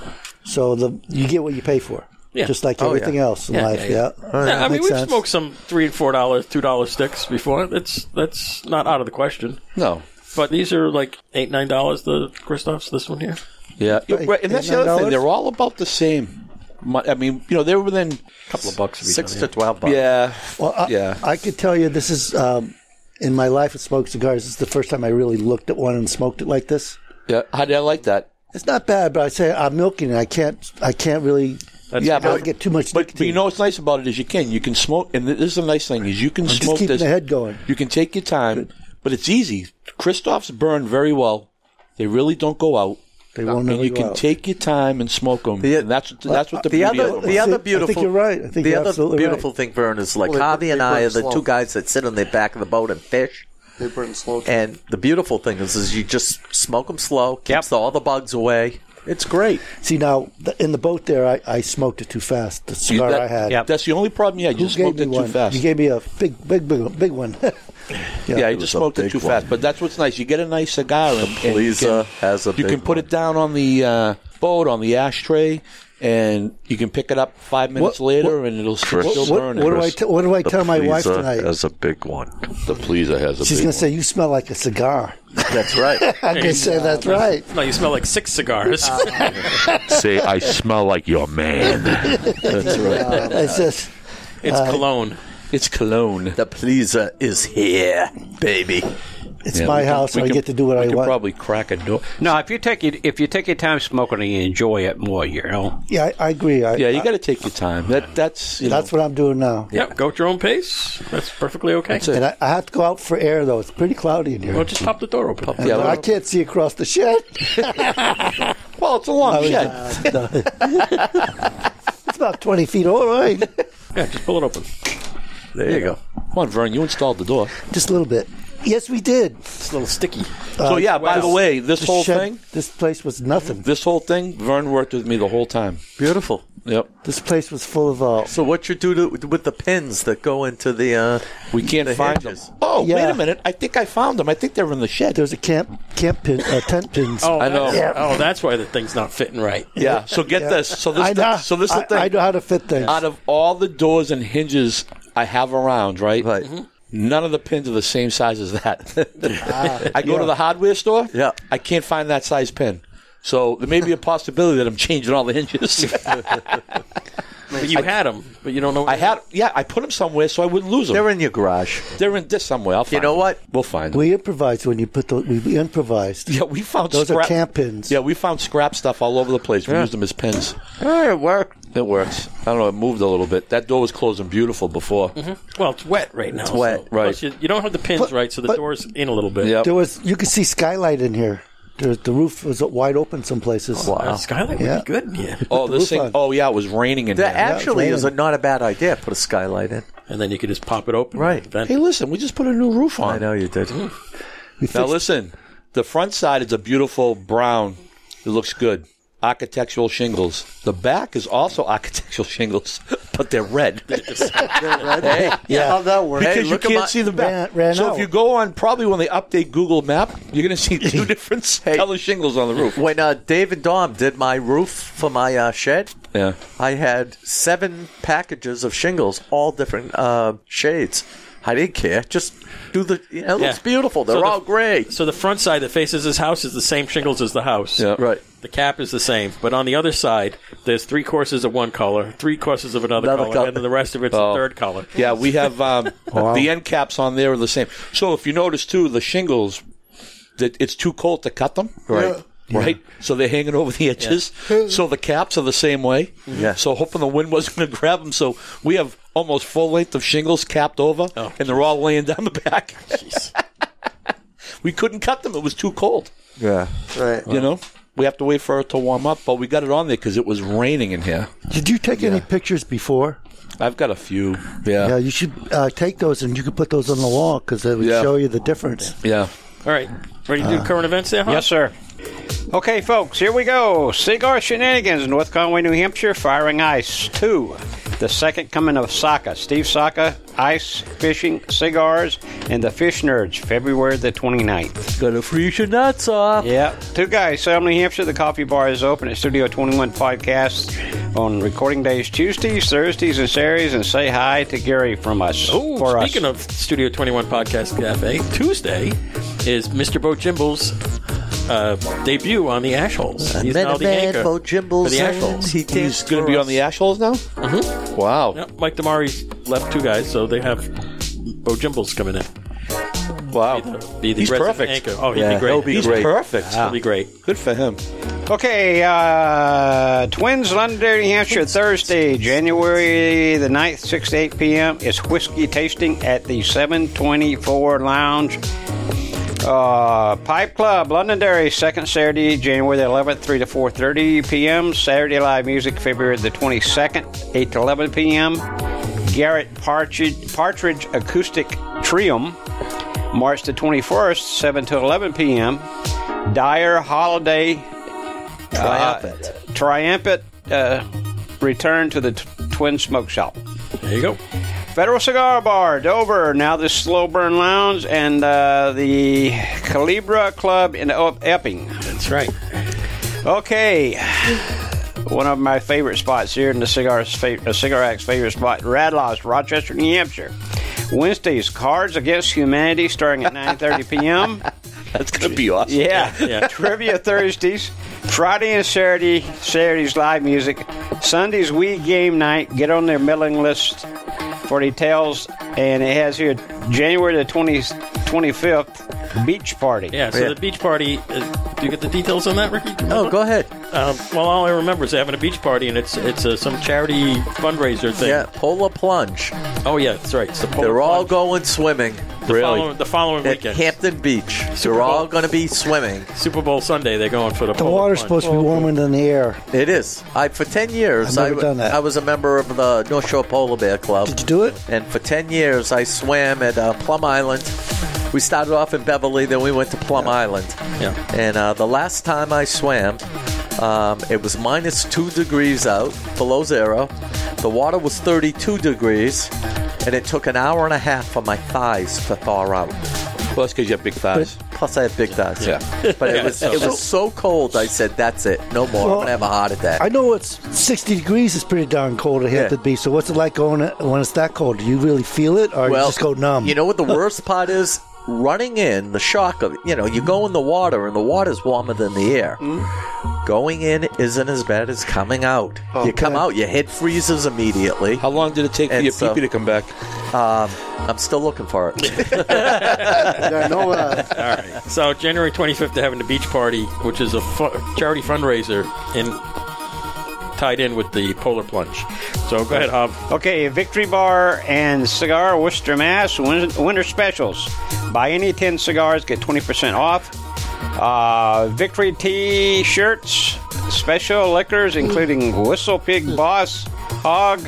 Speaker 6: So the you get what you pay for.
Speaker 1: Yeah.
Speaker 6: Just like
Speaker 2: Oh,
Speaker 6: everything
Speaker 2: yeah.
Speaker 6: else in
Speaker 1: Yeah,
Speaker 6: life.
Speaker 1: yeah,
Speaker 6: Yeah.
Speaker 1: yeah. Yeah, I mean,
Speaker 6: Makes
Speaker 1: we've
Speaker 6: sense.
Speaker 1: smoked some three and four dollar, two dollar sticks before. That's that's not out of the question.
Speaker 3: No,
Speaker 1: But these are like eight, nine dollars. The Christophs, this one here.
Speaker 3: yeah,
Speaker 6: Right,
Speaker 3: right, and that's the other
Speaker 6: $89?
Speaker 3: thing. They're all about the same. Mo- I mean, you know, they were within
Speaker 1: A couple of bucks. Of each
Speaker 2: Six
Speaker 1: other.
Speaker 2: to twelve bucks.
Speaker 3: yeah,
Speaker 6: Well, I,
Speaker 3: yeah.
Speaker 6: I could tell you this is um, in my life of smoked cigars. This is the first time I really looked at one and smoked it like this.
Speaker 3: yeah. How did I like that?
Speaker 6: It's not bad, but I say I'm milking it. I can't. I can't really.
Speaker 3: yeah,
Speaker 6: I don't get too much.
Speaker 3: But
Speaker 6: nicotine.
Speaker 3: you know what's nice about it is you can you can smoke, and this is the nice thing is you can
Speaker 6: just
Speaker 3: smoke
Speaker 6: keeping
Speaker 3: this.
Speaker 6: the head going.
Speaker 3: You can take your time, but it's easy. Christophs burn very well; they really don't go out,
Speaker 6: they won't
Speaker 3: and
Speaker 6: know
Speaker 3: you
Speaker 6: you
Speaker 3: can
Speaker 6: out.
Speaker 3: take your time and smoke them.
Speaker 2: The-
Speaker 3: and that's what that's what the,
Speaker 2: the
Speaker 3: beauty
Speaker 2: other,
Speaker 3: of them
Speaker 2: the
Speaker 3: are.
Speaker 2: other
Speaker 6: I think you're
Speaker 2: beautiful.
Speaker 6: right. I think
Speaker 2: the
Speaker 6: you're
Speaker 2: other
Speaker 6: absolutely right.
Speaker 2: beautiful thing, Vern, is like
Speaker 9: Well, they-
Speaker 2: Javi and
Speaker 9: they
Speaker 2: I are
Speaker 9: burn
Speaker 2: the
Speaker 9: slow.
Speaker 2: two guys that sit on the back of the boat and fish.
Speaker 9: They burn slow.
Speaker 2: And the beautiful thing is, is you just smoke them slow, keeps
Speaker 8: Yep.
Speaker 2: all the bugs away. It's great.
Speaker 6: See now the, in the boat there, I, I smoked it too fast. The cigar
Speaker 3: that-
Speaker 6: I had.
Speaker 8: Yep.
Speaker 3: That's the only problem. Yeah, you
Speaker 6: You
Speaker 3: just smoked
Speaker 6: me
Speaker 3: it too
Speaker 6: one.
Speaker 3: fast.
Speaker 6: You gave me a big, big, big, big one.
Speaker 3: yeah, you just smoked it too fast. But that's what's nice. You get a nice cigar, and, and you
Speaker 2: Lisa
Speaker 3: can,
Speaker 2: has a
Speaker 3: you
Speaker 2: big
Speaker 3: can put
Speaker 2: one.
Speaker 3: it down on the uh, boat on the ashtray, and you can pick it up five minutes later, and it'll still,
Speaker 10: Chris,
Speaker 3: still
Speaker 6: what,
Speaker 3: burn.
Speaker 6: what do I? T- what do I
Speaker 10: the
Speaker 6: tell my wife
Speaker 10: pleaser
Speaker 6: tonight?
Speaker 10: Has a big one. The pleaser has a
Speaker 6: She's
Speaker 10: big
Speaker 6: gonna say you smell like a cigar.
Speaker 2: That's right.
Speaker 6: I'm gonna say that's right.
Speaker 1: No, you smell like six cigars.
Speaker 10: one. say, I smell like your man.
Speaker 6: I says
Speaker 1: it's cologne.
Speaker 3: it's cologne.
Speaker 2: the pleaser is here, baby.
Speaker 6: it's my house. and I get to do what
Speaker 3: we
Speaker 6: I
Speaker 3: can
Speaker 6: want.
Speaker 3: Probably crack a door.
Speaker 8: No, if you take your, if you take your time smoking, it, you enjoy it more. You know,
Speaker 6: yeah, I, I agree. I,
Speaker 3: Yeah, you
Speaker 6: I-
Speaker 3: got to take your time. That that's you
Speaker 6: that's
Speaker 3: know,
Speaker 6: what I'm doing now.
Speaker 1: Yep, go at your own pace. That's perfectly okay.
Speaker 3: That's it.
Speaker 6: And I, I have to go out for air though. It's pretty cloudy in here.
Speaker 1: Well, just pop the door open.
Speaker 3: yeah,
Speaker 6: But I can't see across the shed.
Speaker 3: well, it's a long
Speaker 6: I was,
Speaker 3: shed.
Speaker 6: uh, it's about twenty feet. All right,
Speaker 1: Yeah, just pull it open.
Speaker 2: There you go.
Speaker 3: Come on, Vern, you installed the door.
Speaker 6: just a little bit. Yes, we did.
Speaker 1: It's a little sticky.
Speaker 3: so yeah, by the way, this
Speaker 6: Uh, The
Speaker 3: whole
Speaker 6: shed-
Speaker 3: thing,
Speaker 6: This place was nothing.
Speaker 3: this whole thing, Vern worked with me the whole time.
Speaker 2: Beautiful.
Speaker 3: Yep,
Speaker 6: This place was full of uh,
Speaker 2: So what you do to, with the pins that go into the? Uh,
Speaker 3: we can't
Speaker 2: The
Speaker 3: find
Speaker 2: hinges.
Speaker 3: them. Oh, wait
Speaker 6: Yeah.
Speaker 3: a minute, I think I found them. I think they're in the shed.
Speaker 6: There's a camp camp pin, uh, tent pins.
Speaker 1: Oh,
Speaker 3: I know.
Speaker 1: that's- Oh, that's why the thing's not fitting right.
Speaker 3: yeah. So get
Speaker 6: Yeah.
Speaker 3: this. So this.
Speaker 6: I know.
Speaker 3: so this is the
Speaker 6: I,
Speaker 3: thing.
Speaker 6: I know how to fit things.
Speaker 3: Out of all the doors and hinges I have around, right?
Speaker 2: Right.
Speaker 3: None of the pins are the same size as that.
Speaker 6: Ah,
Speaker 3: I go to the hardware store.
Speaker 2: Yeah.
Speaker 3: I can't find that size pin. So there may be a possibility that I'm changing all the hinges.
Speaker 1: But you
Speaker 3: I-
Speaker 1: had them, but you don't know.
Speaker 3: I had, yeah, I put them somewhere so I wouldn't lose them. They're
Speaker 2: in your garage.
Speaker 3: They're in this somewhere. I'll find
Speaker 2: know
Speaker 3: them.
Speaker 2: what?
Speaker 3: We'll find them.
Speaker 6: We improvised when you put the. We improvised.
Speaker 3: yeah, we found
Speaker 6: those
Speaker 3: scrap,
Speaker 6: are camp pins.
Speaker 3: Yeah, we found scrap stuff all over the place. We
Speaker 6: Yeah.
Speaker 3: used them as pins.
Speaker 2: it worked.
Speaker 3: It works. I don't know. It moved a little bit. That door was closing beautiful before.
Speaker 1: Mhm. Well, it's wet right now.
Speaker 3: It's wet.
Speaker 1: so-
Speaker 3: Right.
Speaker 1: Plus you, you don't have the pins right, so the door's in a little bit.
Speaker 6: There was. You could see skylight in here. There, the roof was wide open some places.
Speaker 2: Wow.
Speaker 1: Uh, Skylight
Speaker 6: Yeah.
Speaker 1: good in here.
Speaker 3: Oh,
Speaker 6: Put the
Speaker 3: this
Speaker 6: roof
Speaker 3: thing.
Speaker 6: on.
Speaker 3: Oh, yeah, it was raining in
Speaker 2: That
Speaker 3: here.
Speaker 2: actually is a, not a bad idea. Put a skylight in.
Speaker 1: And then you could just pop it open.
Speaker 2: Right.
Speaker 1: Vent.
Speaker 3: Hey, listen, we just put a new roof on.
Speaker 2: I know you did.
Speaker 3: Now listen, the front side is a beautiful brown. It looks good. Architectural shingles. The back is also architectural shingles, but they're red. Hey,
Speaker 6: Yeah.
Speaker 9: How'd that work?
Speaker 3: Because
Speaker 2: Hey,
Speaker 3: you
Speaker 2: look at
Speaker 3: can't
Speaker 2: my-
Speaker 3: see the back.
Speaker 6: Ran- ran
Speaker 3: so
Speaker 6: out.
Speaker 3: if you go on, probably when they update Google Map, you're going to see two different color shingles on the roof.
Speaker 2: When uh, Dave and Dom did my roof for my uh, shed,
Speaker 3: Yeah.
Speaker 2: I had seven packages of shingles, all different uh, shades. I didn't care. Just do the. You know, it looks
Speaker 1: Yeah.
Speaker 2: beautiful. They're
Speaker 1: So the-
Speaker 2: all great.
Speaker 1: So the front side that faces his house is the same shingles as the house.
Speaker 3: Yeah.
Speaker 2: Right.
Speaker 1: The cap is the same, but on the other side, there's three courses of one color, three courses of another,
Speaker 2: Another
Speaker 1: color,
Speaker 2: color.
Speaker 1: and then the rest of it's the
Speaker 3: Oh.
Speaker 1: third color.
Speaker 3: Yeah, we have um, the end caps on there are the same. So if you notice too, the shingles that it's too cold to cut them. Right. Right, so they're hanging over the edges. So the caps are the same way.
Speaker 2: Yeah.
Speaker 3: So hoping the wind wasn't going to grab them. So we have almost full length of shingles capped over,
Speaker 1: Oh.
Speaker 3: and they're all laying down the back. we couldn't cut them; it was too cold.
Speaker 2: Yeah.
Speaker 9: Right.
Speaker 3: you know, we have to wait for it to warm up. But we got it on there because it was raining in here.
Speaker 6: Did you take any pictures before?
Speaker 3: I've got a few.
Speaker 6: Yeah,
Speaker 3: Yeah,
Speaker 6: you should uh, take those and you could put those on the wall because it would
Speaker 3: Yeah.
Speaker 6: show you the difference.
Speaker 3: yeah.
Speaker 1: All right. Ready to do current events there, huh?
Speaker 8: Yes, sir. Okay, folks, here we go. Cigar Shenanigans, North Conway, New Hampshire, Firing Ice 2. The second coming of Saka. Steve Saka, ice, fishing, cigars, and the Fish Nerds, February the 29th.
Speaker 2: Gotta freeze your nuts off.
Speaker 8: Yeah, two guys, Salem, New Hampshire. The coffee bar is open at Studio 21 Podcast on recording days Tuesdays, Thursdays, and Saturdays. And say hi to Gary from us.
Speaker 1: Ooh,
Speaker 8: for us.
Speaker 1: speaking of Studio 21 Podcast Cafe, Tuesday is Mr. Bo Jimble's uh, debut on the Ashholes. He's now the anchor
Speaker 2: Bo Jimbles
Speaker 1: for the Ashholes.
Speaker 2: He
Speaker 3: He's going to be on the ash holes now. Mm-hmm. Wow.
Speaker 1: Yep, Mike Damari left two guys, so they have Bo Jimbles coming in.
Speaker 3: Wow.
Speaker 1: Be the
Speaker 3: He's
Speaker 1: resident
Speaker 3: perfect.
Speaker 1: anchor. Oh, he'd
Speaker 2: Yeah,
Speaker 1: be great.
Speaker 2: he'll be
Speaker 3: He's
Speaker 2: great.
Speaker 3: perfect.
Speaker 1: He'll be great.
Speaker 3: Good for him.
Speaker 8: Okay, uh, Twins, Londonderry, New Hampshire, Thursday, January the 9th, 6 to 8 p.m. is whiskey tasting at the 724 Lounge. Uh, Pipe Club, Londonderry, second Saturday, January the 11th, 3 to 4.30 p.m. Saturday Live Music, February the 22nd, 8 to 11 p.m. Garrett Partridge, Partridge Acoustic Trium, March the 21st, 7 to 11 p.m. Dyer Holiday
Speaker 2: triumphant.
Speaker 8: triumphant uh, return to the t- Twin Smoke Shop.
Speaker 1: There you go.
Speaker 8: Federal Cigar Bar, Dover, now the Slow Burn Lounge, and uh, the Calibra Club in Ep- Epping.
Speaker 1: That's right.
Speaker 8: Okay, one of my favorite spots here in the Cigar, fa- uh, Cigar Act's favorite spot, Radloff's, Rochester, New Hampshire. Wednesdays, Cards Against Humanity, starting at 9.30 p.m.
Speaker 3: That's going to be awesome.
Speaker 8: Yeah.
Speaker 1: Yeah.
Speaker 8: Trivia Thursdays. Friday and Saturday, Saturdays live music. Sundays we game night. Get on their mailing list for details. And it has here January the 20, 25th, beach party.
Speaker 1: Yeah, so
Speaker 2: Yeah.
Speaker 1: the beach party, uh, do you get the details on that, Ricky?
Speaker 2: Oh, go ahead.
Speaker 1: Um, well, all I remember is they're having a beach party, and it's it's uh, some charity fundraiser thing.
Speaker 2: Yeah, polar plunge.
Speaker 1: Oh, yeah, that's right. It's the
Speaker 2: They're all going swimming.
Speaker 1: the Following, the following
Speaker 2: At
Speaker 1: weekend.
Speaker 2: Hampton Beach.
Speaker 1: Super
Speaker 2: They're all
Speaker 1: Bowl.
Speaker 2: going to be swimming.
Speaker 1: Super Bowl Sunday, they're going for the
Speaker 6: The water's supposed to be warmer than the air.
Speaker 2: It is. I for ten years
Speaker 6: I've
Speaker 2: I,
Speaker 6: never done that.
Speaker 2: I was a member of the North Shore Polar Bear Club.
Speaker 6: Did you do it?
Speaker 2: And for ten years I swam at uh, Plum Island. We started off in Beverly, then we went to Plum Island.
Speaker 1: Yeah.
Speaker 2: And uh, the last time I swam, um, it was minus two degrees out, below zero. The water was 32 degrees, and it took an hour and a half for my thighs to thaw out.
Speaker 3: Well, that's because you have big thighs.
Speaker 2: Plus, I have big thighs.
Speaker 3: Yeah.
Speaker 2: But it was, it was so cold, I said, that's it. No more. I'm
Speaker 6: Well,
Speaker 2: going to have a heart attack.
Speaker 6: I know it's 60 degrees is pretty darn cold at Hampton
Speaker 2: Yeah.
Speaker 6: Beach. So what's it like going when it's that cold? Do you really feel it or you just go numb?
Speaker 2: You know what the worst part is? Running in, the shock of, you know, you go in the water and the water's warmer than the air.
Speaker 1: Hmm?
Speaker 2: Going in isn't as bad as coming out. you come out, your head freezes immediately. How
Speaker 3: long did it take for your pee-pee to come back?
Speaker 2: Um, I'm still looking for it.
Speaker 9: uh,
Speaker 1: All right. So January 25th, they're having the beach party, which is a fu- charity fundraiser in tied in with the polar plunge. So go ahead, Hob.
Speaker 8: Okay, Victory Bar and Cigar Worcester, Mass. Win- Winter specials. Buy any 10 cigars, get 20% off. Uh, Victory T shirts, special liquors, including Whistle Pig Boss, Hog,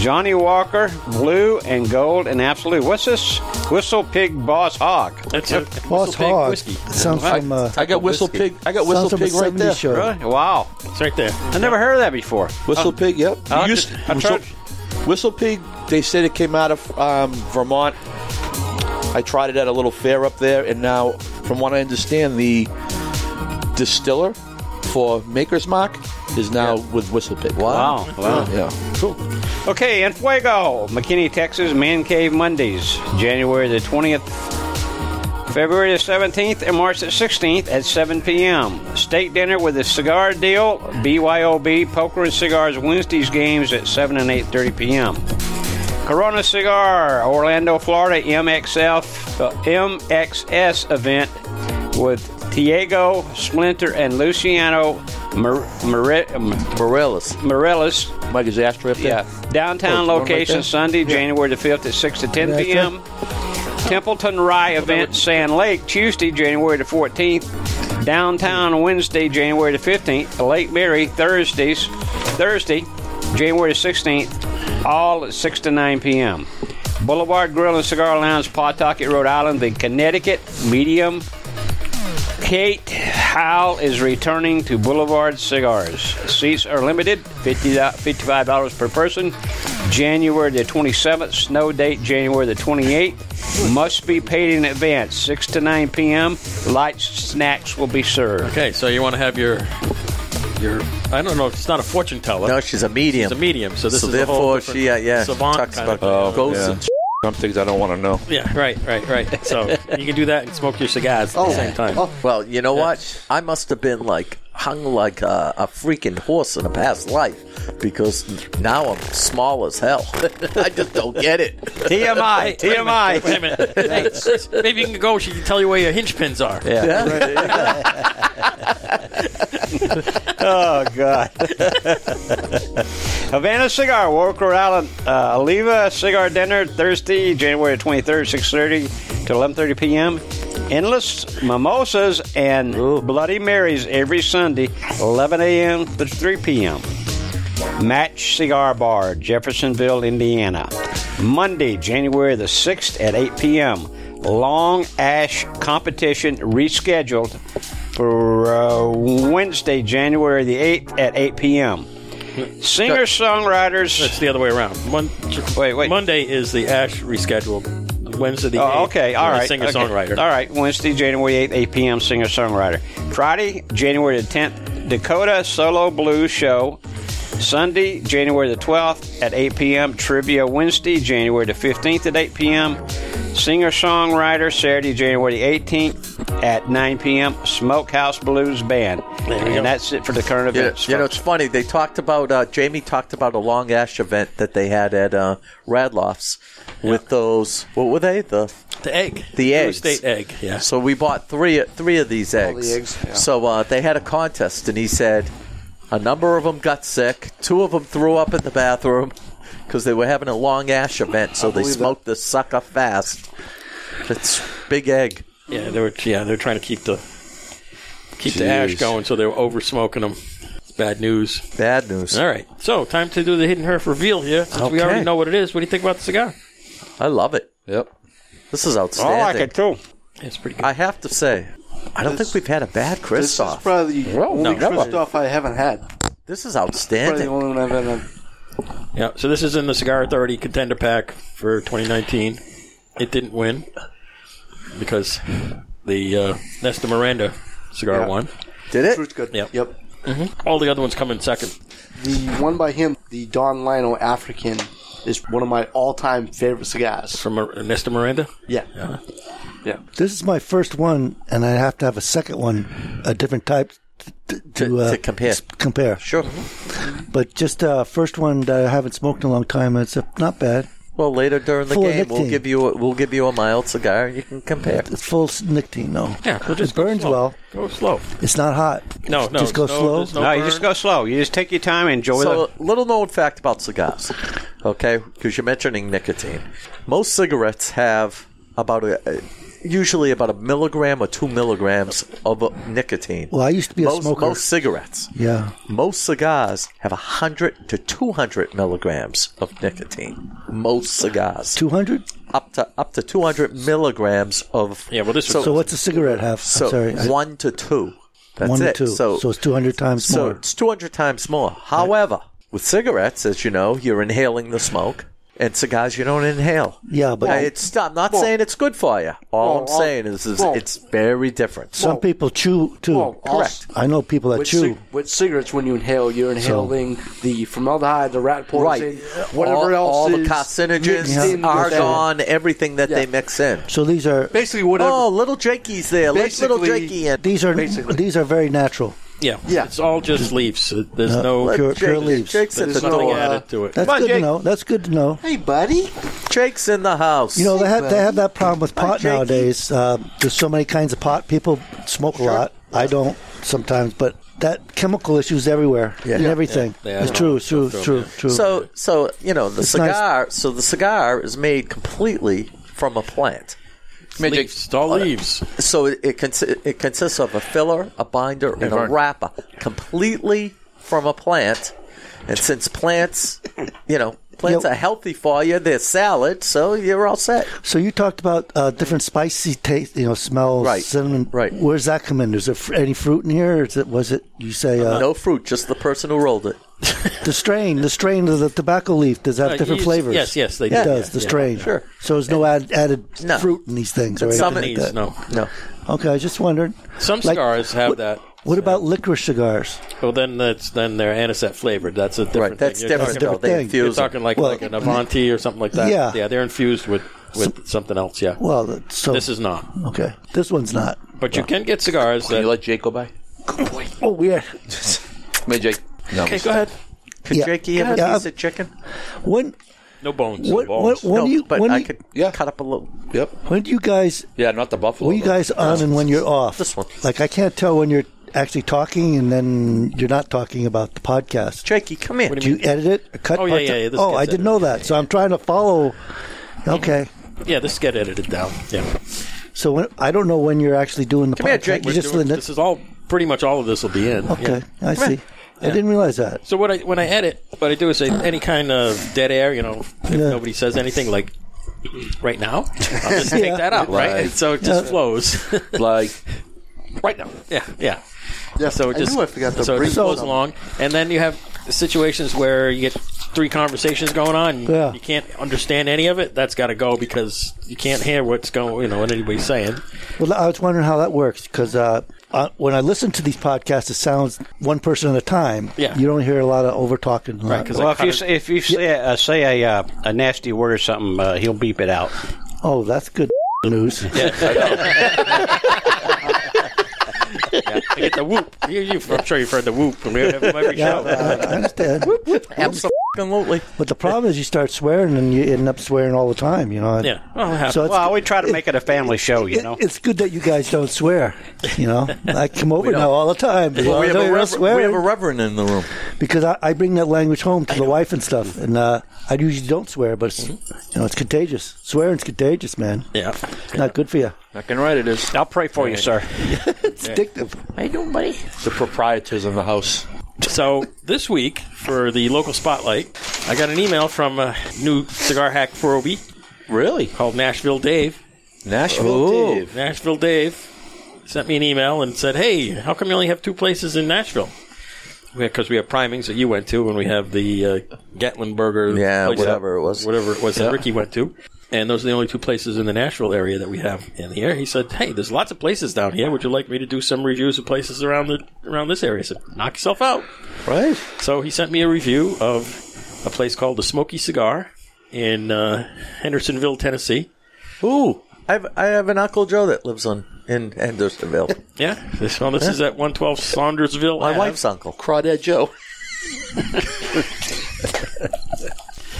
Speaker 8: Johnny Walker, Blue and Gold, and Absolute. What's this? Whistle Pig Boss Hog.
Speaker 1: That's
Speaker 6: Boss Hog. It sounds from. Uh,
Speaker 3: I got Whistle Pig. I got Whistle
Speaker 6: sounds from a
Speaker 3: Pig right there.
Speaker 6: 70s show.
Speaker 8: Really? Wow.
Speaker 1: It's right there.
Speaker 8: I never heard of that before. Uh,
Speaker 3: Whistle Pig, yep. You
Speaker 8: I'll
Speaker 3: used-
Speaker 8: just- I'll
Speaker 3: Whistle,
Speaker 8: try
Speaker 3: Whistle Pig, they said it came out of um, Vermont. I tried it at a little fair up there, and now, from what I understand, the distiller for Maker's Mark is now with Whistle Pig.
Speaker 8: Wow. Wow.
Speaker 3: Yeah. Cool.
Speaker 8: Okay, and Fuego, McKinney, Texas, Man Cave Mondays, January the 20th, February the 17th, and March the 16th at 7 p.m. State dinner with a cigar deal, BYOB, poker and cigars, Wednesdays games at 7 and 8.30 p.m. Corona Cigar, Orlando, Florida, MXF, uh, MXS event with Diego, Splinter, and Luciano Mar- Mar-
Speaker 2: Morellis.
Speaker 8: Morellis.
Speaker 3: Mike is after up there.
Speaker 8: Yeah. Downtown
Speaker 3: Oh, right
Speaker 8: location
Speaker 3: there?
Speaker 8: Sunday, January the 5th at 6 to 10 p.m. Templeton Rye event, Sand Lake, Tuesday, January the 14th. Downtown Wednesday, January the 15th. Lake Mary, Thursdays, Thursday, January the 16th, all at 6 to 9 p.m. Boulevard Grill and Cigar Lounge, Pawtucket, Rhode Island, the Connecticut Medium Kate Howell is returning to Boulevard Cigars. Seats are limited, $50, $55 per person. January the 27th, snow date January the 28th. Must be paid in advance, 6 to 9 p.m. Lights, snacks will be served.
Speaker 1: Okay, so you want to have your your I don't know. It's not a fortune teller.
Speaker 2: No, she's a medium.
Speaker 1: She's a medium. So this
Speaker 2: So
Speaker 1: is a whole
Speaker 2: therefore
Speaker 1: different
Speaker 2: she, uh, yeah,
Speaker 1: savant
Speaker 2: talks
Speaker 1: kind of
Speaker 2: about
Speaker 1: thing.
Speaker 2: ghosts and
Speaker 3: Some things I don't want to know.
Speaker 1: Yeah, right, right, right. So you can do that and smoke your cigars at
Speaker 8: Oh.
Speaker 1: the same time.
Speaker 2: Well, you know what? I must have been like hung like a, a freaking horse in a past life because now I'm small as hell. I just don't get it.
Speaker 8: TMI, TMI.
Speaker 1: Wait a minute. Hey, Chris, maybe you can go. She can tell you where your hinge pins are.
Speaker 3: Yeah.
Speaker 8: oh God! Havana Cigar, Warwick, Rhode Island. Uh, Oliva Cigar Dinner, Thursday, January twenty third, six thirty to eleven thirty p.m. Endless mimosas and Bloody Marys every Sunday, eleven a.m. to three p.m. Match Cigar Bar, Jeffersonville, Indiana. Monday, January the 6th at 8 p.m. Long Ash competition rescheduled for uh, Wednesday, January the 8th at 8 p.m. Singer songwriters.
Speaker 1: It's the other way around. Mon-
Speaker 8: Wait, wait.
Speaker 1: Monday is the Ash rescheduled. Wednesday the
Speaker 8: Oh,
Speaker 1: 8th,
Speaker 8: okay, all
Speaker 1: the
Speaker 8: right.
Speaker 1: Singer songwriter.
Speaker 8: Okay. All right, Wednesday, January 8th, 8 p.m., singer songwriter. Friday, January the 10th, Dakota Solo Blues Show. Sunday, January the 12th at 8 p.m., Trivia Wednesday, January the 15th at 8 p.m., singer songwriter Saturday, January the 18th at 9 p.m., Smokehouse Blues Band.
Speaker 1: There you go.
Speaker 8: And that's it for the current
Speaker 2: You know,
Speaker 8: events.
Speaker 2: you know,
Speaker 8: folks.
Speaker 2: it's funny. They talked about uh, Jamie talked about a long ash event that they had at uh, Radloff's with those. What were they? The
Speaker 1: The egg.
Speaker 2: the
Speaker 1: Blue
Speaker 2: eggs.
Speaker 1: State egg. Yeah.
Speaker 2: So we bought three three of these eggs.
Speaker 9: eggs, yeah.
Speaker 2: So uh, they had a contest, and he said a number of them got sick. Two of them threw up in the bathroom because they were having a long ash event, so they
Speaker 9: believe
Speaker 2: smoked the sucker fast. It's big egg.
Speaker 1: Yeah, they were. Yeah, they're trying to keep the keep the ash
Speaker 3: Jeez.
Speaker 1: going, so they were over smoking them. It's bad news.
Speaker 2: Bad news.
Speaker 1: All right, so time to do the hidden herf reveal here. Since we already
Speaker 2: Okay.
Speaker 1: know what it is, what do you think about the cigar?
Speaker 2: I love it.
Speaker 3: Yep.
Speaker 2: This is
Speaker 8: Oh, I
Speaker 2: outstanding.
Speaker 8: like it too.
Speaker 1: It's pretty good.
Speaker 2: I have to say, I don't think we've had a bad
Speaker 9: This is
Speaker 2: Kristoff.
Speaker 9: probably the only
Speaker 1: never.
Speaker 9: Kristoff I haven't had.
Speaker 2: This is
Speaker 9: Probably the
Speaker 2: outstanding.
Speaker 9: only one I've had.
Speaker 1: Yeah, so this is in the Cigar Authority Contender Pack for 2019. It didn't win because the uh, Nesta Miranda cigar
Speaker 9: Yeah.
Speaker 1: won.
Speaker 2: Did it?
Speaker 9: Fruit's good.
Speaker 1: Yep.
Speaker 9: yep.
Speaker 1: All the other ones come in second.
Speaker 9: The one by him, the Don Lino African, is one of my all-time favorite cigars.
Speaker 1: From uh, Nesta Miranda?
Speaker 9: Yeah.
Speaker 6: This is my first one, and I have to have a second one, a different type, t- to, uh,
Speaker 2: to compare.
Speaker 6: s- compare.
Speaker 2: Sure.
Speaker 6: Mm-hmm. But just uh, first one that I haven't smoked in a long time. It's uh, not bad.
Speaker 2: Well, later during the
Speaker 6: Full of
Speaker 2: game, we'll
Speaker 6: nicotine.
Speaker 2: give you a, we'll give you a mild cigar and you can compare.
Speaker 6: It's full s- nicotine though.
Speaker 1: Yeah, so just
Speaker 6: it burns
Speaker 1: go slow.
Speaker 6: well.
Speaker 1: Go slow.
Speaker 6: It's not hot.
Speaker 1: No, no,
Speaker 6: just go
Speaker 1: no,
Speaker 6: slow.
Speaker 1: there's
Speaker 8: No, you just go slow. You just take your time, enjoy
Speaker 2: So, a
Speaker 8: the.
Speaker 2: little known fact about cigars, okay? Because you're mentioning nicotine. Most cigarettes have about a, usually about a milligram or two milligrams of uh, nicotine.
Speaker 6: Well, I used to be a
Speaker 2: most,
Speaker 6: smoker.
Speaker 2: Most cigarettes,
Speaker 6: Yeah.
Speaker 2: most cigars have hundred to two hundred milligrams of nicotine. Most cigars,
Speaker 6: Two hundred.
Speaker 2: up to up to two hundred milligrams of
Speaker 1: Yeah, well, this
Speaker 2: So-
Speaker 1: was
Speaker 6: So what's a cigarette have?
Speaker 2: so
Speaker 6: I'm sorry. I-
Speaker 2: one to two. That's
Speaker 6: one
Speaker 2: it.
Speaker 6: or two.
Speaker 2: So,
Speaker 6: it's two hundred times
Speaker 2: so
Speaker 6: more.
Speaker 2: it's 200 times more. However, with cigarettes, as you know, you're inhaling the smoke, and cigars you don't inhale.
Speaker 6: Yeah, but
Speaker 2: Now, it's I'm not saying it's good for you. All I'm
Speaker 9: Well, uh,
Speaker 2: saying is, is
Speaker 9: well-
Speaker 2: it's very different.
Speaker 6: some people chew too.
Speaker 9: Well, Correct.
Speaker 6: I know people that
Speaker 9: With,
Speaker 6: chew.
Speaker 9: cig- with cigarettes, when you inhale, you're inhaling the formaldehyde, the rat poison,
Speaker 2: right.
Speaker 9: uh, whatever
Speaker 2: all,
Speaker 9: else
Speaker 2: all the
Speaker 9: is mixed in
Speaker 2: carcinogens,
Speaker 9: with that.
Speaker 2: argon, everything that they mix in.
Speaker 6: so these are
Speaker 9: Basically, whatever.
Speaker 2: Oh, little Jakey's there. Let little
Speaker 9: Basically-
Speaker 2: Jakey in.
Speaker 6: these are
Speaker 9: basically.
Speaker 6: these are very natural.
Speaker 1: yeah,
Speaker 9: Yeah.
Speaker 1: It's all just leaves. Uh, There's no.
Speaker 2: Let
Speaker 6: pure-
Speaker 2: Jake-
Speaker 6: pure leaves.
Speaker 2: Jake's at
Speaker 1: there's
Speaker 2: the
Speaker 1: nothing
Speaker 2: door.
Speaker 6: uh,
Speaker 1: added to it.
Speaker 6: That's
Speaker 8: Come on,
Speaker 6: good to
Speaker 8: Jake.
Speaker 6: know. That's good to know.
Speaker 9: Hey, buddy.
Speaker 2: Jake's in the house.
Speaker 6: You know they have they have that problem with pot
Speaker 2: Jakey.
Speaker 6: nowadays. Uh, there's so many kinds of pot. People smoke a lot. I don't sometimes, but that chemical issue is everywhere
Speaker 2: Yeah.
Speaker 6: in
Speaker 2: Yeah.
Speaker 6: everything.
Speaker 1: Yeah. Yeah,
Speaker 6: It's
Speaker 1: I
Speaker 6: true, it's true,
Speaker 1: Don't
Speaker 6: true,
Speaker 1: throw-
Speaker 6: true.
Speaker 2: So, so you know, the
Speaker 6: It's nice.
Speaker 2: cigar. So the cigar is made completely from a plant.
Speaker 1: Leaves. It's all
Speaker 6: uh,
Speaker 1: leaves.
Speaker 2: So it it, consi- it consists of a filler, a binder, and a
Speaker 10: Vern.
Speaker 2: wrapper, completely from a plant. And since plants, you know, plants
Speaker 6: Yep.
Speaker 2: are healthy for you, they're salad, so you're all set.
Speaker 6: so you talked about uh, different spicy taste, you know, smells,
Speaker 2: Right,
Speaker 6: cinnamon.
Speaker 2: right.
Speaker 6: Where's that come in? Is there fr- any fruit in here? Or is it was it you say uh,
Speaker 2: no fruit, just the person who rolled it.
Speaker 6: the strain? The strain of the tobacco leaf does have
Speaker 1: Uh,
Speaker 6: different
Speaker 1: yes,
Speaker 6: flavors.
Speaker 1: yes, yes, they
Speaker 6: it
Speaker 1: do.
Speaker 6: does.
Speaker 1: Yeah,
Speaker 6: the
Speaker 1: yeah.
Speaker 6: strain.
Speaker 2: Sure.
Speaker 6: So there's no add, added
Speaker 2: No.
Speaker 6: fruit in these things, or
Speaker 2: But
Speaker 6: anything
Speaker 2: some of
Speaker 6: like
Speaker 2: these,
Speaker 6: that.
Speaker 1: No.
Speaker 2: No,
Speaker 6: Okay, I just wondered.
Speaker 1: Some
Speaker 6: Like,
Speaker 1: cigars have
Speaker 6: what-
Speaker 1: that.
Speaker 6: What about licorice cigars?
Speaker 1: Well, then that's then they're anisette flavored. That's a different.
Speaker 2: right? That's
Speaker 1: thing. You're
Speaker 2: different.
Speaker 1: Talking,
Speaker 2: though.
Speaker 6: about-
Speaker 2: They
Speaker 6: Different thing.
Speaker 1: you're
Speaker 2: infuse it.
Speaker 1: talking like
Speaker 6: Well-
Speaker 1: like an Avanti or something like that.
Speaker 6: Yeah.
Speaker 1: yeah. They're infused with with something else. Yeah.
Speaker 6: Well, th- so
Speaker 1: this is not.
Speaker 6: okay. This one's not.
Speaker 1: But you can get cigars
Speaker 3: Can you
Speaker 1: that.
Speaker 3: let Jake go by?
Speaker 6: Oh, weird.
Speaker 3: Come here, Jake. No.
Speaker 1: Okay, go ahead.
Speaker 2: Could
Speaker 6: Yeah.
Speaker 2: Jakey have
Speaker 6: Yeah,
Speaker 2: a piece
Speaker 6: I-
Speaker 2: of chicken?
Speaker 6: When
Speaker 1: No bones.
Speaker 6: what
Speaker 1: no
Speaker 6: what
Speaker 1: bones.
Speaker 6: when
Speaker 2: no,
Speaker 6: do you
Speaker 2: but
Speaker 6: when do
Speaker 2: I
Speaker 6: you,
Speaker 2: could
Speaker 3: Yeah.
Speaker 2: cut up a little.
Speaker 3: Yep.
Speaker 6: when do you guys
Speaker 3: Yeah, not the buffalo.
Speaker 6: when you
Speaker 3: though.
Speaker 6: guys on and when you're off?
Speaker 2: This one.
Speaker 6: Like I can't tell when you're actually talking and then you're not talking about the podcast.
Speaker 2: Jakey, come here.
Speaker 6: Do you edit it? Or cut
Speaker 1: Oh, yeah,
Speaker 6: parts
Speaker 1: yeah,
Speaker 6: out?
Speaker 1: yeah, this
Speaker 6: oh,
Speaker 1: gets
Speaker 6: I didn't
Speaker 1: edited.
Speaker 6: know that. So I'm trying to follow. Okay.
Speaker 1: Yeah, this get edited down. Yeah.
Speaker 6: So when, I don't know when you're actually doing the
Speaker 2: Come
Speaker 6: podcast.
Speaker 2: here, Jake.
Speaker 6: You
Speaker 2: We're
Speaker 6: just
Speaker 1: Doing-
Speaker 6: let it-
Speaker 1: this is all pretty much all of this will be in.
Speaker 6: Okay,
Speaker 1: Yeah.
Speaker 6: I see. I didn't realize that.
Speaker 1: So what I when I edit, what I do is I, any kind of dead air, you know, if
Speaker 6: Yeah.
Speaker 1: nobody says anything like right now, I'll just take
Speaker 6: Yeah.
Speaker 1: that out, right?
Speaker 3: Right.
Speaker 1: And so it just
Speaker 6: Yeah.
Speaker 1: flows
Speaker 3: like
Speaker 1: right now. Yeah, yeah.
Speaker 9: Yeah,
Speaker 1: So it
Speaker 9: I
Speaker 1: just
Speaker 9: knew I forgot to
Speaker 1: so it
Speaker 9: bring
Speaker 1: just flows
Speaker 9: some.
Speaker 1: along, and then you have situations where you get three conversations going on. and
Speaker 6: Yeah.
Speaker 1: You can't understand any of it. That's got to go because you can't hear what's going, you know, what anybody's saying.
Speaker 6: Well, I was wondering how that works because uh, uh, when I listen to these podcasts, it sounds one person at a time.
Speaker 1: Yeah.
Speaker 6: you don't hear a lot of over talking.
Speaker 1: Right, 'cause I
Speaker 8: Well, if
Speaker 1: cut
Speaker 8: you
Speaker 1: it-
Speaker 8: s- if you say uh, say a uh, a nasty word or something, uh, he'll beep it out.
Speaker 6: oh, that's good news.
Speaker 1: I get the whoop. You, you, I'm sure you've heard the whoop. We have every
Speaker 6: Yeah, uh,
Speaker 1: show.
Speaker 6: I, I understand.
Speaker 2: Absolutely.
Speaker 6: But the problem is, you start swearing and you end up swearing all the time. You know.
Speaker 1: Yeah. Well, it happens.
Speaker 6: So it's,
Speaker 8: Well, we try to make it a family show, you
Speaker 6: it-
Speaker 8: know.
Speaker 6: it's good that you guys don't swear. You know, I come over now all the time. but
Speaker 2: we,
Speaker 6: I
Speaker 2: have
Speaker 6: don't
Speaker 2: a rever-
Speaker 6: swear
Speaker 2: we have a reverend in the room.
Speaker 6: because I, I bring that language home to the wife and stuff, and uh, I usually don't swear, but it's, you know, it's contagious. Swearing's contagious, man.
Speaker 1: yeah.
Speaker 6: It's not good for you.
Speaker 3: fucking right it is.
Speaker 8: I'll pray for you, sir.
Speaker 6: It's addictive.
Speaker 3: It's the proprietors of the house.
Speaker 1: So this week for the local spotlight, I got an email from a new cigar hack for Obi
Speaker 3: Really?
Speaker 1: called Nashville Dave.
Speaker 3: Nashville
Speaker 2: Ooh.
Speaker 3: Dave.
Speaker 1: Nashville Dave sent me an email and said, "Hey, how come you only have two places in Nashville?" Because we have primings that you went to, and we have the uh, Gatlinburger,
Speaker 2: Yeah,
Speaker 1: place
Speaker 2: whatever
Speaker 1: that-
Speaker 2: it was.
Speaker 1: whatever it was that Ricky went to, and those are the only two places in the Nashville area that we have in here. He said, "Hey, there's lots of places down here. Would you like me to do some reviews of places around the around this area?" I said, "Knock yourself out."
Speaker 2: Right.
Speaker 1: So he sent me a review of a place called the Smoky Cigar in uh, Hendersonville, Tennessee.
Speaker 2: Ooh, I've, I have an Uncle Joe that lives on in Hendersonville.
Speaker 1: Yeah. This one. This is at 112 Saundersville.
Speaker 2: My
Speaker 1: Ave.
Speaker 2: wife's uncle.
Speaker 3: Crawdad Joe.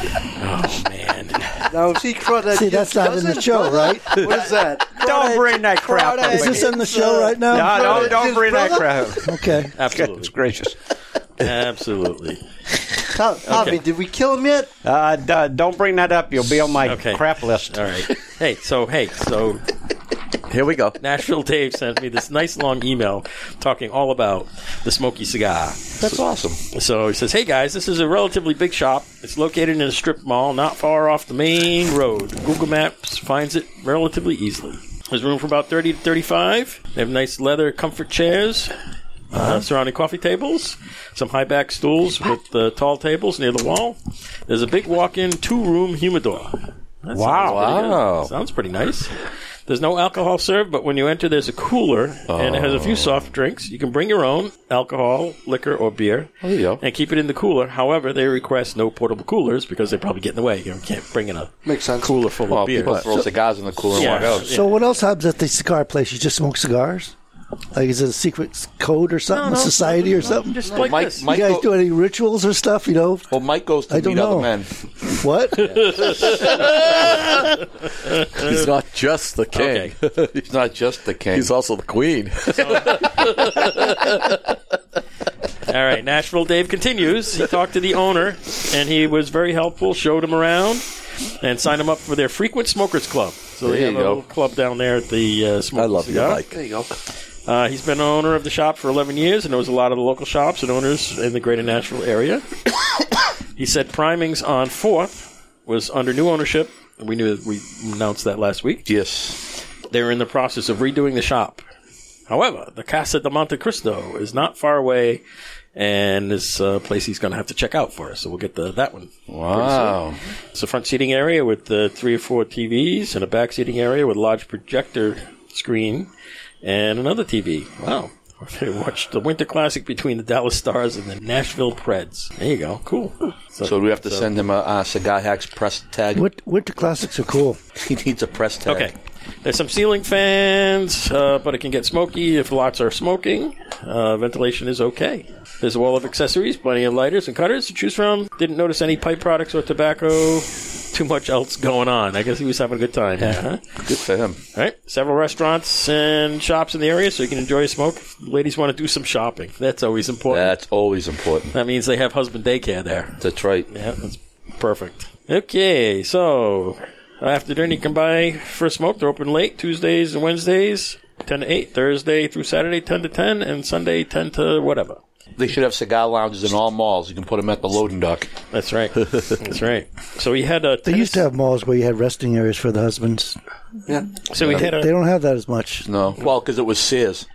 Speaker 1: Oh man.
Speaker 9: Now, see, Crawdad
Speaker 6: See, that's not in the
Speaker 9: doesn't-
Speaker 6: show, right?
Speaker 9: What is that?
Speaker 8: Don't bring that crap. up.
Speaker 6: Is this in the show right now?
Speaker 8: No, don't, don't bring that crap.
Speaker 6: Okay.
Speaker 1: Absolutely.
Speaker 8: It's gracious.
Speaker 1: Absolutely.
Speaker 9: Tom- Tommy, did we kill him yet?
Speaker 8: Uh, d- don't bring that up. You'll be on my
Speaker 1: Okay.
Speaker 8: crap list.
Speaker 1: All right. Hey. So hey. So
Speaker 2: Here we go.
Speaker 1: Nashville Dave sent me this nice long email talking all about the smoky cigar.
Speaker 3: That's awesome.
Speaker 1: So he says, "Hey guys, this is a relatively big shop. It's located in a strip mall, not far off the main road. Google Maps finds it relatively easily. There's room for about 30 to 35. They have nice leather comfort chairs."
Speaker 3: Uh-huh.
Speaker 1: Uh, surrounding coffee tables, some high back stools with uh, tall tables near the wall. There's a big walk in two room humidor. That
Speaker 3: Wow.
Speaker 1: sounds pretty good.
Speaker 3: Wow.
Speaker 1: Sounds pretty nice. There's no alcohol served, but when you enter, there's a cooler and it has a few
Speaker 3: Oh.
Speaker 1: soft drinks. You can bring your own alcohol, liquor, or beer
Speaker 3: Oh, there you go.
Speaker 1: and keep it in the cooler. However, they request no portable coolers because they probably get in the way. You can't bring in a
Speaker 9: Makes sense.
Speaker 1: cooler full
Speaker 3: Well,
Speaker 1: of beer.
Speaker 3: people throw cigars in the cooler
Speaker 1: Yeah.
Speaker 3: and walk out.
Speaker 6: So what else happens at the cigar place? You just smoke cigars? Like is it a secret code or something? a society or something?
Speaker 1: Just like
Speaker 3: Mike,
Speaker 1: this.
Speaker 3: Mike,
Speaker 6: you guys
Speaker 3: go-
Speaker 6: do any rituals or stuff? You know
Speaker 3: well, Mike goes to
Speaker 6: I
Speaker 3: meet
Speaker 6: don't
Speaker 3: other
Speaker 6: know.
Speaker 3: men.
Speaker 6: what?
Speaker 2: He's not just the king.
Speaker 1: Okay.
Speaker 3: He's not just the king.
Speaker 2: He's also the queen.
Speaker 1: All right, Nashville Dave continues. He talked to the owner, and he was very helpful. Showed him around, and signed him up for their Frequent Smokers Club. So they
Speaker 3: There
Speaker 1: have
Speaker 3: you
Speaker 1: a
Speaker 3: go.
Speaker 1: little club down there at the uh, Smoke
Speaker 2: I love you,
Speaker 1: Cigar.
Speaker 2: Mike.
Speaker 9: There you go.
Speaker 1: Uh, he's been owner of the shop for 11 years and knows a lot of the local shops and owners in the greater Nashville area. he said primings on 4th was under new ownership. We knew we announced that last week.
Speaker 3: yes.
Speaker 1: They're in the process of redoing the shop. However, the Casa de Monte Cristo is not far away and is a place he's going to have to check out for us. So we'll get the, that one.
Speaker 3: Wow.
Speaker 1: It's a front seating area with uh, three or four TVs and a back seating area with a large projector screen and another TV. Wow. They watched the Winter Classic between the Dallas Stars and the Nashville Preds. There you go. Cool. So,
Speaker 3: So do we have to send him a, uh cigar hacks press tag?
Speaker 6: Win- Winter classics are cool.
Speaker 3: He needs a press tag.
Speaker 1: okay. There's some ceiling fans, uh, but it can get smoky if lots are smoking. Uh, ventilation is okay. There's a wall of accessories, plenty of lighters and cutters to choose from. Didn't notice any pipe products or tobacco. Too much else going on. I guess he was having a good time. Yeah. Huh?
Speaker 3: Good for him.
Speaker 1: All right, several restaurants and shops in the area, so you can enjoy a smoke. Ladies want to do some shopping. That's always important.
Speaker 3: That's always important.
Speaker 1: that means they have husband daycare there.
Speaker 3: That's right.
Speaker 1: Yeah, that's perfect. Okay, so after dinner, you can buy for a smoke. They're open late Tuesdays and Wednesdays, ten to eight. Thursday through Saturday, ten to ten, and Sunday, ten to whatever.
Speaker 3: They should have cigar lounges in all malls. You can put them at the loading dock.
Speaker 1: That's right. that's right. So we had a.
Speaker 6: They used to have malls where you had resting areas for the husbands.
Speaker 9: Yeah.
Speaker 1: So we had
Speaker 6: They
Speaker 1: a.
Speaker 6: don't have that as much.
Speaker 3: No. Well, because it was Sears.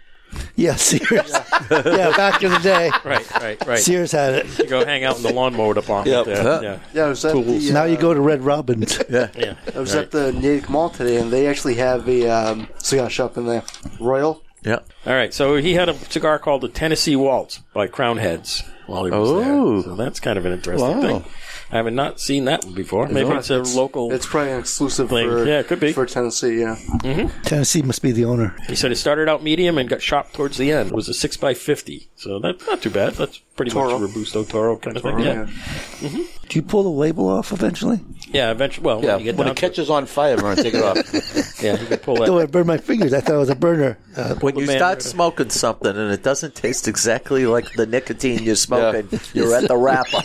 Speaker 6: Yeah, Sears. yeah, back in the day,
Speaker 1: Right, right, right.
Speaker 6: Sears had it.
Speaker 1: You go hang out in the lawnmower department.
Speaker 3: Yep.
Speaker 1: there. Yeah.
Speaker 9: Yeah, I was at the, uh,
Speaker 6: Now you go to Red Robin's.
Speaker 9: I was at the Natick Mall today, and they actually have a um, cigar shop in there. Royal.
Speaker 2: yeah.
Speaker 1: All right, so he had a cigar called the Tennessee Waltz by Crown Heads while he was
Speaker 2: Oh.
Speaker 1: there. So that's kind of an interesting
Speaker 3: Wow.
Speaker 1: thing. I have not seen that one before. Maybe it's a local.
Speaker 9: It's probably an exclusive
Speaker 1: Thing.
Speaker 9: for
Speaker 1: Yeah, it could be.
Speaker 9: for Tennessee. Yeah.
Speaker 6: Tennessee must be the owner.
Speaker 1: he said it started out medium and got shot towards the end. It was a six by fifty, so that's not too bad. That's pretty much
Speaker 9: Toro.
Speaker 1: a robusto Toro kind of thing. Yeah, yeah.
Speaker 6: Do you pull the label off eventually?
Speaker 1: eventually, well,
Speaker 3: Yeah.
Speaker 1: when you get
Speaker 3: When
Speaker 1: down
Speaker 3: it catches on fire, we're going to take it off.
Speaker 1: to, yeah, you can pull that.
Speaker 6: Oh, I burned my fingers. I thought it was a burner. Uh,
Speaker 2: When you
Speaker 1: man.
Speaker 2: start smoking something and it doesn't taste exactly like the nicotine you're smoking, you're at the wrapper.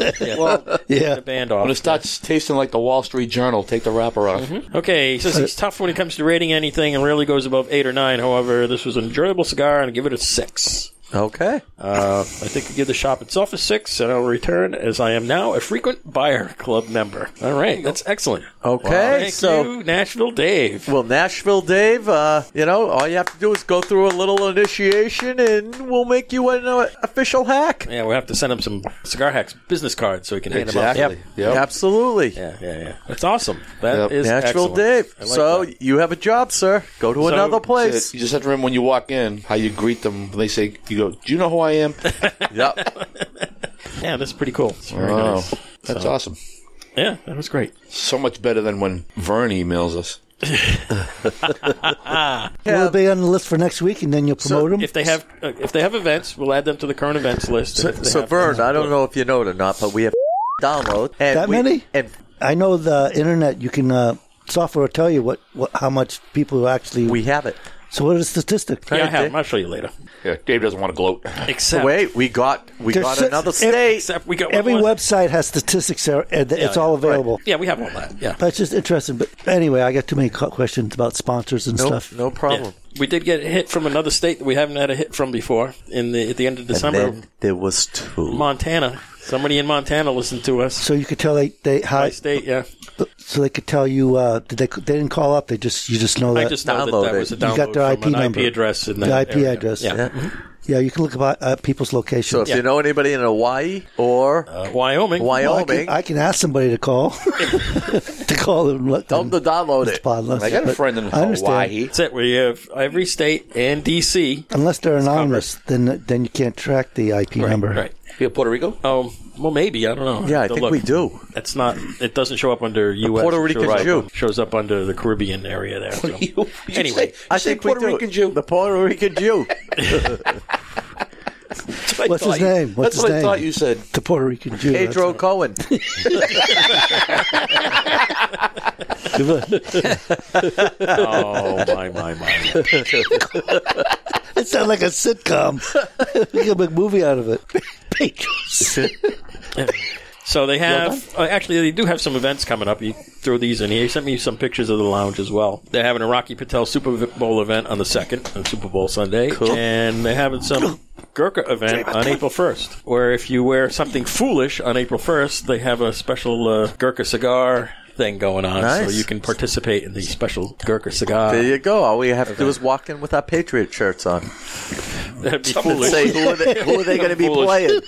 Speaker 6: yeah.
Speaker 1: the band
Speaker 3: When it
Speaker 1: off.
Speaker 3: starts tasting like the Wall Street Journal, take the wrapper off.
Speaker 1: Mm-hmm. Okay, he says he's tough when it comes to rating anything and rarely goes above eight or nine. However, this was an enjoyable cigar and I give it a six.
Speaker 2: Okay.
Speaker 1: Uh, I think I give the shop itself a six, and I'll return as I am now a frequent buyer club member. All right, that's excellent.
Speaker 2: Okay.
Speaker 1: Thank
Speaker 2: so.
Speaker 1: you, Nashville Dave.
Speaker 2: Well, Nashville, Dave, uh, you know, all you have to do is go through a little initiation and we'll make you an uh, official hack.
Speaker 1: Yeah, we'll have to send him some cigar hacks business cards so he can hand them out.
Speaker 3: Exactly. Yep.
Speaker 2: Absolutely.
Speaker 1: Yeah, yeah, yeah. That's awesome. That
Speaker 3: Yep.
Speaker 1: is
Speaker 2: Nashville,
Speaker 1: excellent.
Speaker 2: Dave.
Speaker 1: I like
Speaker 2: so
Speaker 1: that.
Speaker 2: you have a job, sir. Go to another place.
Speaker 3: You just have to remember when you walk in how you greet them. They say, "You go, do you know who I am?"
Speaker 2: yep.
Speaker 1: yeah, that's pretty cool. It's very
Speaker 3: Wow.
Speaker 1: nice.
Speaker 3: Oh, That's awesome.
Speaker 1: Yeah, that was great.
Speaker 3: So much better than when Vern emails us.
Speaker 6: Will it be on the list for next week, and then you'll promote them?
Speaker 1: If they have uh, if they have events, we'll add them to the current events list.
Speaker 2: So,
Speaker 1: If they
Speaker 2: so
Speaker 1: have-
Speaker 2: Vern, I don't know if you know it or not, but we have download and
Speaker 6: that
Speaker 2: we-
Speaker 6: many?
Speaker 2: and
Speaker 6: I know the internet. You can uh, software will tell you what, what how much people actually. We
Speaker 2: have it.
Speaker 6: So what is the statistic?
Speaker 1: Yeah, I have them. I'll show you later.
Speaker 10: Yeah, Dave doesn't want to gloat.
Speaker 1: Except
Speaker 2: wait, we got we
Speaker 6: There's
Speaker 2: got
Speaker 6: si-
Speaker 2: another
Speaker 6: ev-
Speaker 2: state.
Speaker 1: Except we got
Speaker 6: Every
Speaker 1: one left.
Speaker 6: website has statistics, there, and th-
Speaker 1: Yeah,
Speaker 6: it's all
Speaker 1: yeah, right.
Speaker 6: available.
Speaker 1: Yeah, we have all that. Yeah.
Speaker 6: That's just interesting. But anyway, I got too many cu- questions about sponsors and
Speaker 1: Nope,
Speaker 6: stuff.
Speaker 2: No problem.
Speaker 1: We did get a hit from another state that we haven't had a hit from before. In the at the end of
Speaker 2: And
Speaker 1: December,
Speaker 2: then there was two.
Speaker 1: Montana. Somebody in Montana listened to us.
Speaker 6: So you could tell they they
Speaker 1: My
Speaker 6: how,
Speaker 1: state, yeah.
Speaker 6: so they could tell you uh, did they they didn't call up. They just you just know that
Speaker 1: I just know that that was a download
Speaker 6: you got their
Speaker 1: from
Speaker 6: IP
Speaker 1: an
Speaker 6: number,
Speaker 1: IP address, and
Speaker 6: the
Speaker 1: that
Speaker 6: IP
Speaker 1: area.
Speaker 6: address.
Speaker 1: Yeah. Mm-hmm.
Speaker 6: Yeah, you can look about uh, people's location.
Speaker 2: So if you know anybody in Hawaii or
Speaker 1: Uh, Wyoming,
Speaker 6: Well, I,
Speaker 2: Wyoming,
Speaker 6: can, I can ask somebody to call to call them. Let them
Speaker 2: to download it.
Speaker 6: spot list. But I understand.
Speaker 1: That's it. We have every state and DC.
Speaker 6: Unless they're anonymous, then then you can't track the IP number.
Speaker 1: Right.
Speaker 3: Yeah, Puerto Rico.
Speaker 1: Um. Well, maybe I don't know.
Speaker 6: Yeah, I
Speaker 1: Have to
Speaker 6: think
Speaker 1: look.
Speaker 6: we do.
Speaker 1: That's not. It doesn't show up under U.S.
Speaker 2: Puerto
Speaker 1: It
Speaker 2: Rican
Speaker 1: shows up-
Speaker 2: Jew.
Speaker 1: shows up under the Caribbean area there. so. anyway,
Speaker 2: I think Puerto Rican Jew. The Puerto Rican Jew.
Speaker 6: What's his name? What's his name?
Speaker 3: said.
Speaker 6: The Puerto Rican Jew. that's
Speaker 2: Pedro
Speaker 6: it.
Speaker 2: Cohen.
Speaker 1: oh my my my!
Speaker 6: It sounds like a sitcom. we can make a movie out of it. Pedro's.
Speaker 1: So they have uh, actually they do have some events coming up. You throw these in here. He sent me some pictures of the lounge as well. They're having a Rocky Patel Super Bowl event on the second on Super Bowl Sunday, and they're having some Gurkha event on April first. Where if you wear something foolish on April first, they have a special uh, Gurkha cigar thing going on, so
Speaker 2: Nice.
Speaker 1: you can participate in the special Gurkha cigar.
Speaker 2: There you go. All we have to do is walk in with our Patriot shirts on.
Speaker 1: That'd be
Speaker 2: And
Speaker 1: foolish.
Speaker 2: say, who are they, who are they going to be
Speaker 1: Foolish.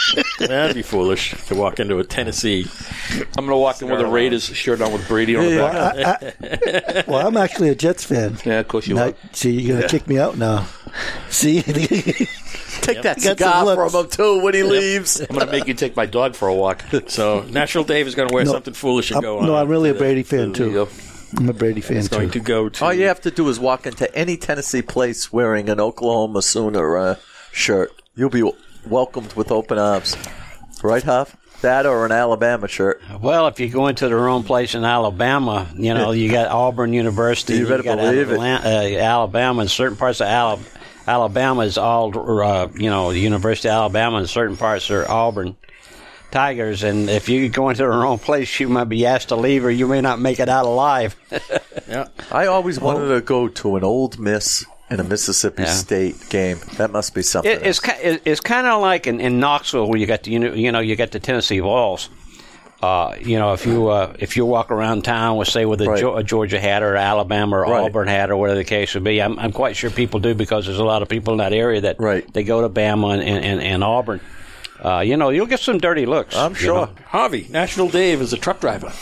Speaker 2: playing?
Speaker 1: That'd be foolish to walk into a Tennessee.
Speaker 3: I'm going to walk in with a
Speaker 1: Cigar
Speaker 3: Raiders shirt on with Brady on the
Speaker 6: Well,
Speaker 3: back.
Speaker 6: I, I- well, I'm actually a Jets fan.
Speaker 3: Yeah, of course you
Speaker 6: Now-
Speaker 3: are.
Speaker 6: See, you're gonna
Speaker 3: Yeah.
Speaker 6: kick me out now. See,
Speaker 2: Take that
Speaker 6: Got some
Speaker 2: cigar
Speaker 6: looks.
Speaker 2: from him too when he leaves.
Speaker 3: I'm going to make you take my dog for a walk.
Speaker 1: So National Dave is going to wear
Speaker 6: No.
Speaker 1: something foolish and
Speaker 6: I'm,
Speaker 1: go on.
Speaker 6: no, I'm really a Brady fan
Speaker 3: There you
Speaker 6: too.
Speaker 3: go.
Speaker 6: I'm a Brady fan
Speaker 1: It's
Speaker 6: too.
Speaker 1: going to go to.
Speaker 6: Oh,
Speaker 2: All you have to do is walk into any Tennessee place wearing an Oklahoma Sooner uh, shirt. You'll be welcomed with open arms. Right, Huff? That or an Alabama shirt.
Speaker 8: Well, if you go into the wrong place in Alabama, you know you got Auburn University.
Speaker 2: You better
Speaker 8: got
Speaker 2: believe it.
Speaker 8: Atlan- uh, Alabama and certain parts of Alabama. Alabama is all, uh, you know, the University of Alabama and certain parts are Auburn Tigers. And if you go into the wrong place, you might be asked to leave or you may not make it out alive.
Speaker 1: Yeah.
Speaker 2: I always wanted to go to an Old Miss and a Mississippi
Speaker 8: Yeah.
Speaker 2: State game. That must be something.
Speaker 8: It, it's ki- it- it's kind of like in, in Knoxville where you got the uni- you know you got the Tennessee Vols. Uh, you know if you uh, if you walk around town with say with a, Geo- a Georgia hat or Alabama or
Speaker 2: Right.
Speaker 8: Auburn hat or whatever the case would be, I'm, I'm quite sure people do because there's a lot of people in that area that
Speaker 2: Right.
Speaker 8: they go to Bama and and, and, and Auburn. Uh, you know you'll get some dirty looks.
Speaker 2: I'm
Speaker 8: you
Speaker 2: sure.
Speaker 8: know.
Speaker 1: Harvey, National Dave is a truck driver.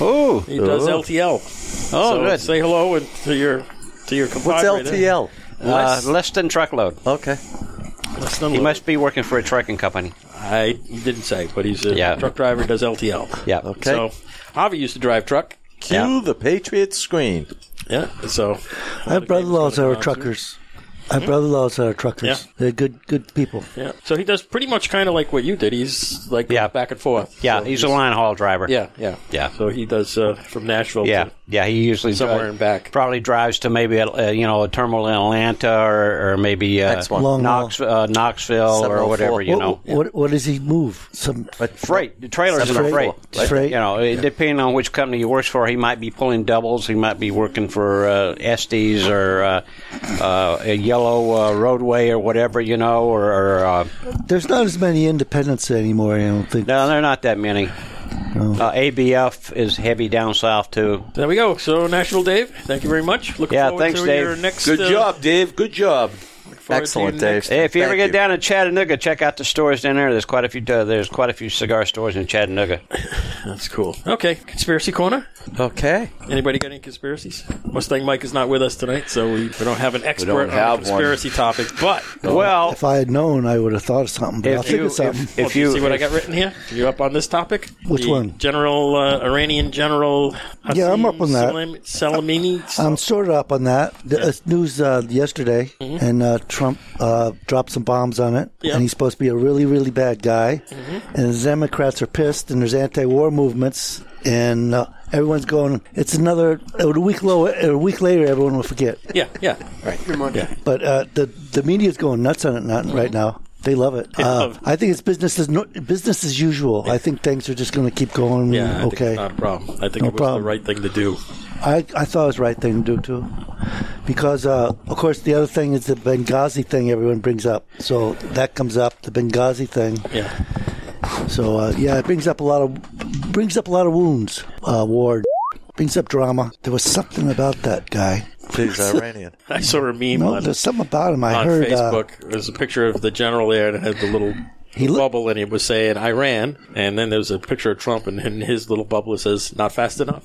Speaker 8: Oh,
Speaker 1: He does
Speaker 2: Oh.
Speaker 1: LTL.
Speaker 8: Oh,
Speaker 1: so
Speaker 8: good.
Speaker 1: Say hello and to your to your
Speaker 2: What's
Speaker 1: compadre. there.
Speaker 2: LTL?
Speaker 8: uh, less than truckload.
Speaker 2: Okay.
Speaker 1: Less than
Speaker 8: He
Speaker 1: low.
Speaker 8: must be working for a trucking company.
Speaker 1: I he didn't say, but he's a
Speaker 8: Yeah.
Speaker 1: truck driver. Does LTL.
Speaker 8: Yeah.
Speaker 2: Okay.
Speaker 1: So Harvey used to drive truck.
Speaker 2: Cue
Speaker 8: Yeah.
Speaker 2: the Patriots screen.
Speaker 1: Yeah. So
Speaker 6: My brother-in-laws are truckers. My brother-in-laws are truckers.
Speaker 1: Yeah.
Speaker 6: They're good, good people.
Speaker 1: yeah. So he does pretty much kind of like what you did. He's like
Speaker 8: Yeah.
Speaker 1: back and forth.
Speaker 8: Yeah,
Speaker 1: So
Speaker 8: he's, a line haul driver.
Speaker 1: Yeah. Yeah.
Speaker 8: Yeah.
Speaker 1: So he does uh, from Nashville.
Speaker 8: Yeah,
Speaker 1: To,
Speaker 8: yeah. He usually
Speaker 1: Somewhere
Speaker 8: drives-
Speaker 1: and back.
Speaker 8: Probably drives to maybe uh, you know a terminal in Atlanta or, or maybe uh,
Speaker 2: Next one.
Speaker 6: Long
Speaker 8: Knox, uh, Knoxville or
Speaker 2: 704.
Speaker 8: whatever you
Speaker 6: what,
Speaker 8: know.
Speaker 6: what, what does he move? Some
Speaker 8: Freight the trailers are
Speaker 6: Freight.
Speaker 8: freight.
Speaker 6: oh Freight.
Speaker 8: You know, it- depending on which company he works for, he might be pulling doubles. He might be working for uh, Estes or uh, uh, a Yellow uh, Roadway or whatever you know. Or, or uh,
Speaker 6: There's not as many independents anymore. I don't think.
Speaker 8: no, they're not that many. Uh, ABF is heavy down south too.
Speaker 1: There we go. So National Dave, thank you very much. Looking
Speaker 8: Yeah,
Speaker 1: forward
Speaker 8: thanks,
Speaker 1: to
Speaker 8: Dave.
Speaker 1: your next
Speaker 3: Good
Speaker 1: uh,
Speaker 3: job, Dave. Good job.
Speaker 8: forward
Speaker 2: Excellent,
Speaker 8: to you
Speaker 2: Dave.
Speaker 8: next- Hey, if you ever
Speaker 2: Thank
Speaker 8: get down to Chattanooga, check out the stores down there. There's quite a few. Uh, there's quite a few cigar stores in Chattanooga.
Speaker 2: That's cool.
Speaker 1: Okay, conspiracy corner.
Speaker 2: Okay.
Speaker 1: Anybody got any conspiracies? Mustang Mike is not with us tonight, so we, we don't have an expert
Speaker 6: don't
Speaker 1: on
Speaker 6: have
Speaker 1: a conspiracy topic. But
Speaker 6: if I had known, I would have thought of something. But I'll
Speaker 1: if
Speaker 6: think
Speaker 1: you,
Speaker 6: of something.
Speaker 1: if, if you see what I got written here, you up on this topic?
Speaker 6: Which
Speaker 1: The
Speaker 6: one?
Speaker 1: General uh, Iranian General.
Speaker 6: Yeah, I'm up
Speaker 1: Hassim
Speaker 6: on that.
Speaker 1: Salim- Salamini.
Speaker 6: I'm sort of up on that. The uh, news uh, yesterday,
Speaker 1: Mhm.
Speaker 6: and uh, Trump uh, dropped some bombs on it,
Speaker 1: Yeah.
Speaker 6: and he's supposed to be a really, really bad guy.
Speaker 1: Mhm.
Speaker 6: And the Democrats are pissed, and there's anti-war movements, and uh, everyone's going. It's another a week low. A week later, everyone will forget.
Speaker 1: Yeah, yeah, right. Yeah.
Speaker 6: But uh, the the media's going nuts on it not, right now. They love it.
Speaker 1: Mm-hmm. They
Speaker 6: uh,
Speaker 1: love it.
Speaker 6: I think it's business as no, business as usual. I think things are just going to keep going.
Speaker 1: Yeah, I think
Speaker 6: Mm,
Speaker 1: uh,
Speaker 6: okay.
Speaker 1: it's not a problem. I think
Speaker 6: No
Speaker 1: it was
Speaker 6: problem.
Speaker 1: the right thing to do.
Speaker 6: I, I thought it was the right thing to do too, because uh, of course the other thing is the Benghazi thing everyone brings up. So that comes up the Benghazi thing.
Speaker 1: Yeah.
Speaker 6: So uh, yeah, it brings up a lot of brings up a lot of wounds. Uh, war brings up drama. There was something about that guy.
Speaker 2: He's Iranian.
Speaker 1: I saw a meme
Speaker 6: No,
Speaker 1: on,
Speaker 6: there's something about him. I
Speaker 1: on
Speaker 6: heard. Uh,
Speaker 1: Facebook. There's a picture of the general there and it had the little bubble and it was saying Iran. And then there's a picture of Trump and, and his little bubble says not fast enough.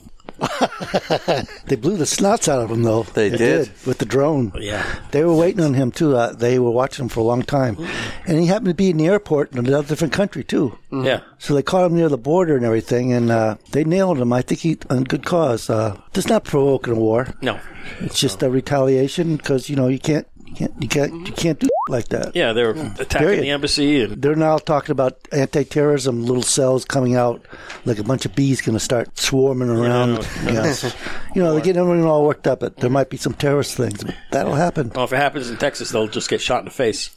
Speaker 6: they blew the snots out of him though. They,
Speaker 1: did. Oh,
Speaker 6: with the drone.
Speaker 1: Yeah.
Speaker 6: They were waiting on him too. Uh, they were watching him for a long time, and he happened to be in the airport in another different country too.
Speaker 1: Yeah.
Speaker 6: So they caught him near the border and everything, and uh, they nailed him. I think he on good cause. Uh, does not provoke a war.
Speaker 1: No.
Speaker 6: It's just a retaliation because you know you can't, you can't, you can't, you can't do like that.
Speaker 1: Yeah, they were attacking
Speaker 6: Period.
Speaker 1: the embassy and
Speaker 6: They're now talking about anti-terrorism little cells coming out, like a bunch of bees going to start swarming around.
Speaker 1: no.
Speaker 6: Yes. you know, they get everyone all worked up. But there might be some terrorist things. But that'll happen.
Speaker 1: Well, if it happens in Texas, they'll just get shot in the face.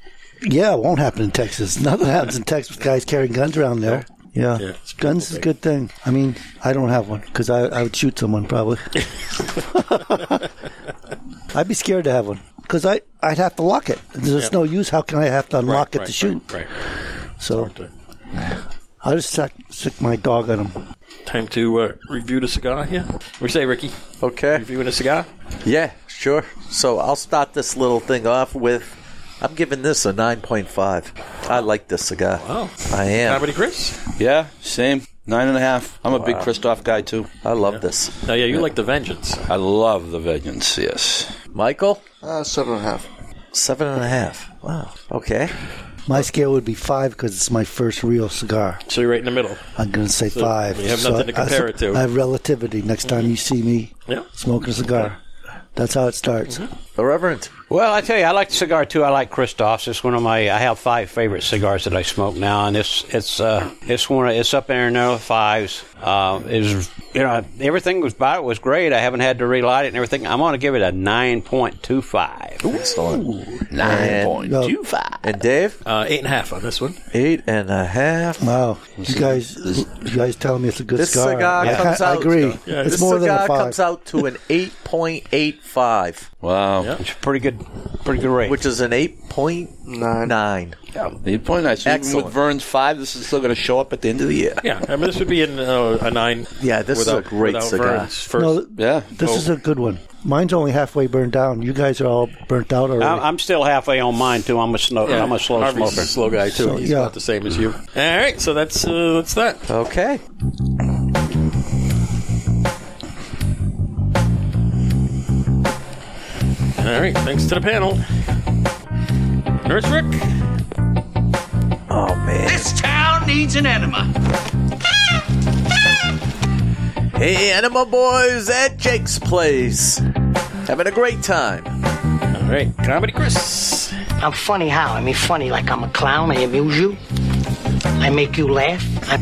Speaker 6: Yeah, it won't happen in Texas. Nothing happens in Texas with guys carrying guns around there. Yeah,
Speaker 1: Yeah,
Speaker 6: guns is a good thing. I mean, I don't have one because I, I would shoot someone probably. I'd be scared to have one because I I'd have to lock it. There's
Speaker 1: Yep.
Speaker 6: no use. How can I have to unlock it
Speaker 1: right,
Speaker 6: to shoot?
Speaker 1: Right.
Speaker 6: So I just suck, stick my dog on him.
Speaker 1: Time to uh, review the cigar here. We say, Ricky.
Speaker 2: Okay.
Speaker 1: Reviewing a cigar.
Speaker 2: Yeah, sure. So I'll start this little thing off with I'm giving this a 9.5. I like this cigar.
Speaker 1: Wow.
Speaker 2: I am.
Speaker 1: Comedy Chris.
Speaker 3: Yeah, same. Nine and a half. I'm a big
Speaker 2: Wow.
Speaker 3: Christoph guy too.
Speaker 2: I love this.
Speaker 1: Oh yeah, you like the Vengeance.
Speaker 3: I love the vengeance. Yes.
Speaker 2: Michael?
Speaker 9: Uh, seven and a half.
Speaker 2: Seven and a half. Wow. Okay.
Speaker 6: My scale would be five because it's my first real cigar.
Speaker 1: So you're right in the middle.
Speaker 6: I'm going to say
Speaker 1: So
Speaker 6: five.
Speaker 1: we have nothing to
Speaker 6: I-
Speaker 1: compare it to.
Speaker 6: I have relativity. Next time you see me
Speaker 1: Yeah. Mm-hmm.
Speaker 6: smoking a cigar, that's how it starts.
Speaker 2: The Reverend.
Speaker 8: Well, I tell you, I like the cigar too. I like Christoph's. It's one of my. I have five favorite cigars that I smoke now, and it's it's uh it's one of, it's up there in the fives. Um, is you know everything was about it was great. I haven't had to relight it and everything. I'm going to give it a nine point two five.
Speaker 2: Excellent.
Speaker 8: Nine
Speaker 2: And,
Speaker 8: point two five.
Speaker 2: and Dave?
Speaker 1: Uh, eight and a half on this one.
Speaker 2: Eight and a half.
Speaker 6: Wow, you guys, you guys tell me it's a good
Speaker 2: This
Speaker 6: cigar.
Speaker 2: cigar,
Speaker 6: I,
Speaker 2: comes
Speaker 6: I
Speaker 2: out.
Speaker 6: agree.
Speaker 2: Yeah,
Speaker 6: it's
Speaker 2: this
Speaker 6: more
Speaker 2: cigar
Speaker 6: than a five.
Speaker 2: comes out to an 8.85,
Speaker 3: Wow.
Speaker 1: Yeah.
Speaker 8: It's pretty good, pretty good rate.
Speaker 2: which is an 8.9.
Speaker 3: The point nice. Even
Speaker 2: Excellent.
Speaker 3: with Vern's five, this is still going to show up at the end of the year.
Speaker 1: Yeah, I mean this would be in uh, a nine.
Speaker 2: Yeah, this is a
Speaker 1: without,
Speaker 2: great
Speaker 1: without
Speaker 2: cigar.
Speaker 1: Vern's first.
Speaker 6: No,
Speaker 3: Yeah.
Speaker 6: this is a good one. Mine's only halfway burned down. You guys are all burnt out already.
Speaker 8: I'm I'm still halfway on mine too. I'm a slow.
Speaker 1: Yeah,
Speaker 8: I'm a slow
Speaker 1: Harvey's
Speaker 8: smoker.
Speaker 1: a slow guy too.
Speaker 6: So,
Speaker 1: He's
Speaker 6: yeah.
Speaker 1: about the same as you. All right, so that's uh, that's that.
Speaker 2: Okay.
Speaker 1: All right, thanks to the panel. Nurse Rick.
Speaker 2: Oh, man.
Speaker 4: This town needs an enema.
Speaker 2: Hey, Anima Boys at Jake's Place. Having a great time.
Speaker 1: All right, comedy Chris.
Speaker 5: I'm funny how? I mean, funny like I'm a clown. I amuse you. I make you laugh. I,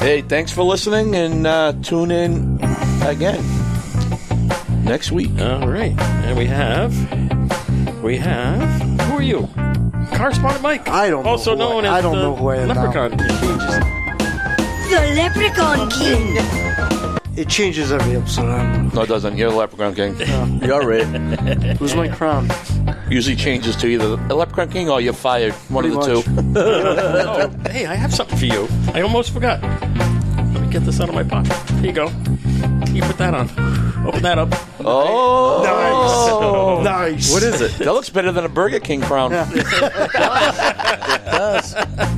Speaker 3: Hey, thanks for listening and uh, tune in again next week.
Speaker 1: All right, and we have we have who are you? Correspondent Mike.
Speaker 9: I don't know
Speaker 1: also
Speaker 9: who I-
Speaker 1: known as
Speaker 9: I don't
Speaker 1: the
Speaker 9: know who I am now.
Speaker 1: Leprechaun.
Speaker 7: The Leprechaun King.
Speaker 9: It changes every episode. I don't know.
Speaker 3: No, it doesn't. You're the Leprechaun King.
Speaker 2: You're it.
Speaker 9: Who's my crown?
Speaker 3: Usually changes to either the Leprechaun King or you're fired. One of
Speaker 9: Pretty
Speaker 3: the two.
Speaker 1: Oh, hey, I have something for you. I almost forgot. Let me get this out of my pocket. Here you go. You put that on. Open that up.
Speaker 3: Oh,
Speaker 9: Nice. Nice.
Speaker 3: What is it? That looks better than a Burger King crown.
Speaker 2: does.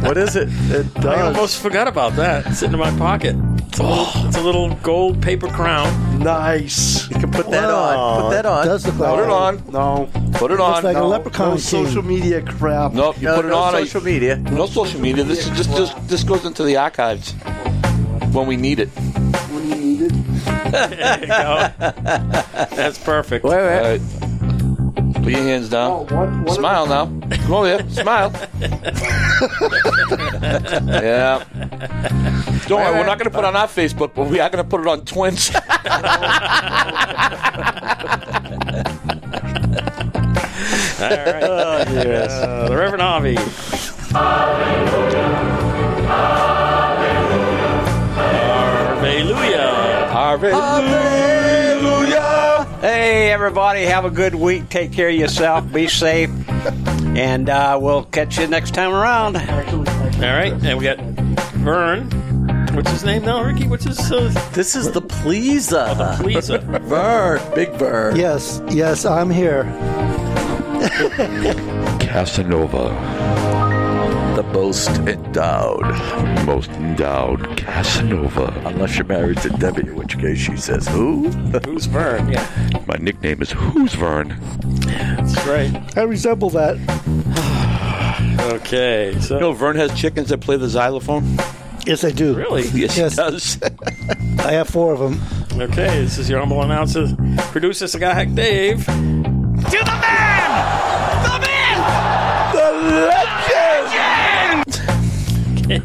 Speaker 2: What is it? It does.
Speaker 1: I almost forgot about that. It's sitting in my pocket. It's a little, it's a little gold paper crown.
Speaker 9: Nice. You can
Speaker 2: put that on. Put that on.
Speaker 6: does look like
Speaker 3: Put it on.
Speaker 9: No.
Speaker 3: Put it
Speaker 6: Looks
Speaker 3: on.
Speaker 6: like a
Speaker 3: no.
Speaker 6: leprechaun
Speaker 9: No
Speaker 6: king.
Speaker 9: social media crap.
Speaker 3: Nope, you
Speaker 2: No,
Speaker 3: put it
Speaker 2: no
Speaker 3: on.
Speaker 2: social media.
Speaker 3: No social media. This is just, just this goes into the archives when we need it.
Speaker 9: When you need it.
Speaker 1: There you go. That's perfect.
Speaker 2: Wait,
Speaker 3: All
Speaker 2: wait.
Speaker 3: right. Put your hands down.
Speaker 9: Oh, one- one-
Speaker 3: Smile now. Come over here. Smile. yeah. Don't worry, we're not going to put it on our Facebook, but we are going to put it on Twins.
Speaker 1: All right. Uh, the Reverend Harvey. All Hallelujah.
Speaker 3: Hallelujah.
Speaker 8: Hey, everybody, have a good week. Take care of yourself. Be safe. And uh, we'll catch you next time around.
Speaker 1: All right, and we got Vern. What's his name now, Ricky? What's his uh,
Speaker 2: This is the pleaser.
Speaker 1: Lisa?
Speaker 2: Bird. Big bird.
Speaker 6: Yes, yes, I'm here.
Speaker 10: Casanova,
Speaker 2: The most endowed.
Speaker 10: most endowed Casanova.
Speaker 2: Unless you're married to Debbie, in which case she says, who?
Speaker 1: Who's Vern? Yeah,
Speaker 10: My nickname is Who's Vern?
Speaker 1: that's great.
Speaker 6: I resemble that.
Speaker 1: Okay, so
Speaker 3: You know, Vern has chickens that play the xylophone.
Speaker 6: Yes, I do.
Speaker 1: really,
Speaker 3: Yes,
Speaker 6: Yes.
Speaker 3: he does.
Speaker 6: I have four of them.
Speaker 1: okay. This is your humble announcer, producer, cigar hack Dave.
Speaker 4: To the man! The man!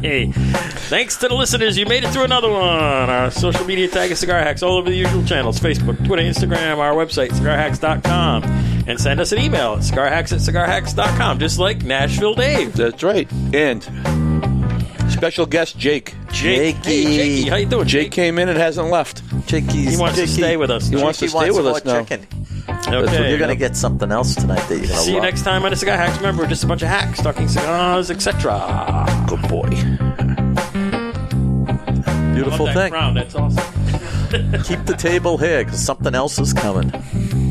Speaker 1: Hey, thanks to the listeners, you made it through another one. Our social media tag is Cigar Hacks all over the usual channels Facebook, Twitter, Instagram, our website, cigarhacks.com. And send us an email at cigarhacks at cigarhacks.com, just like Nashville Dave.
Speaker 3: That's right. And special guest Jake.
Speaker 1: Jake. Hey, Jakey, how you doing?
Speaker 3: Jake came in and hasn't left.
Speaker 2: Chickies.
Speaker 1: He wants to stay with us.
Speaker 3: He wants to
Speaker 2: He
Speaker 3: stay
Speaker 2: wants
Speaker 3: with
Speaker 2: more
Speaker 3: us now.
Speaker 2: chicken. That's what
Speaker 1: Okay.
Speaker 2: you're going to get something else tonight that you're going to
Speaker 1: See you
Speaker 2: love.
Speaker 1: next time on the Cigar Hacks. Remember, we're just a bunch of hacks talking cigars, etc.
Speaker 2: Good boy. Beautiful
Speaker 1: Love that
Speaker 2: thing.
Speaker 1: crown. That's awesome.
Speaker 2: Keep the table here because something else is coming.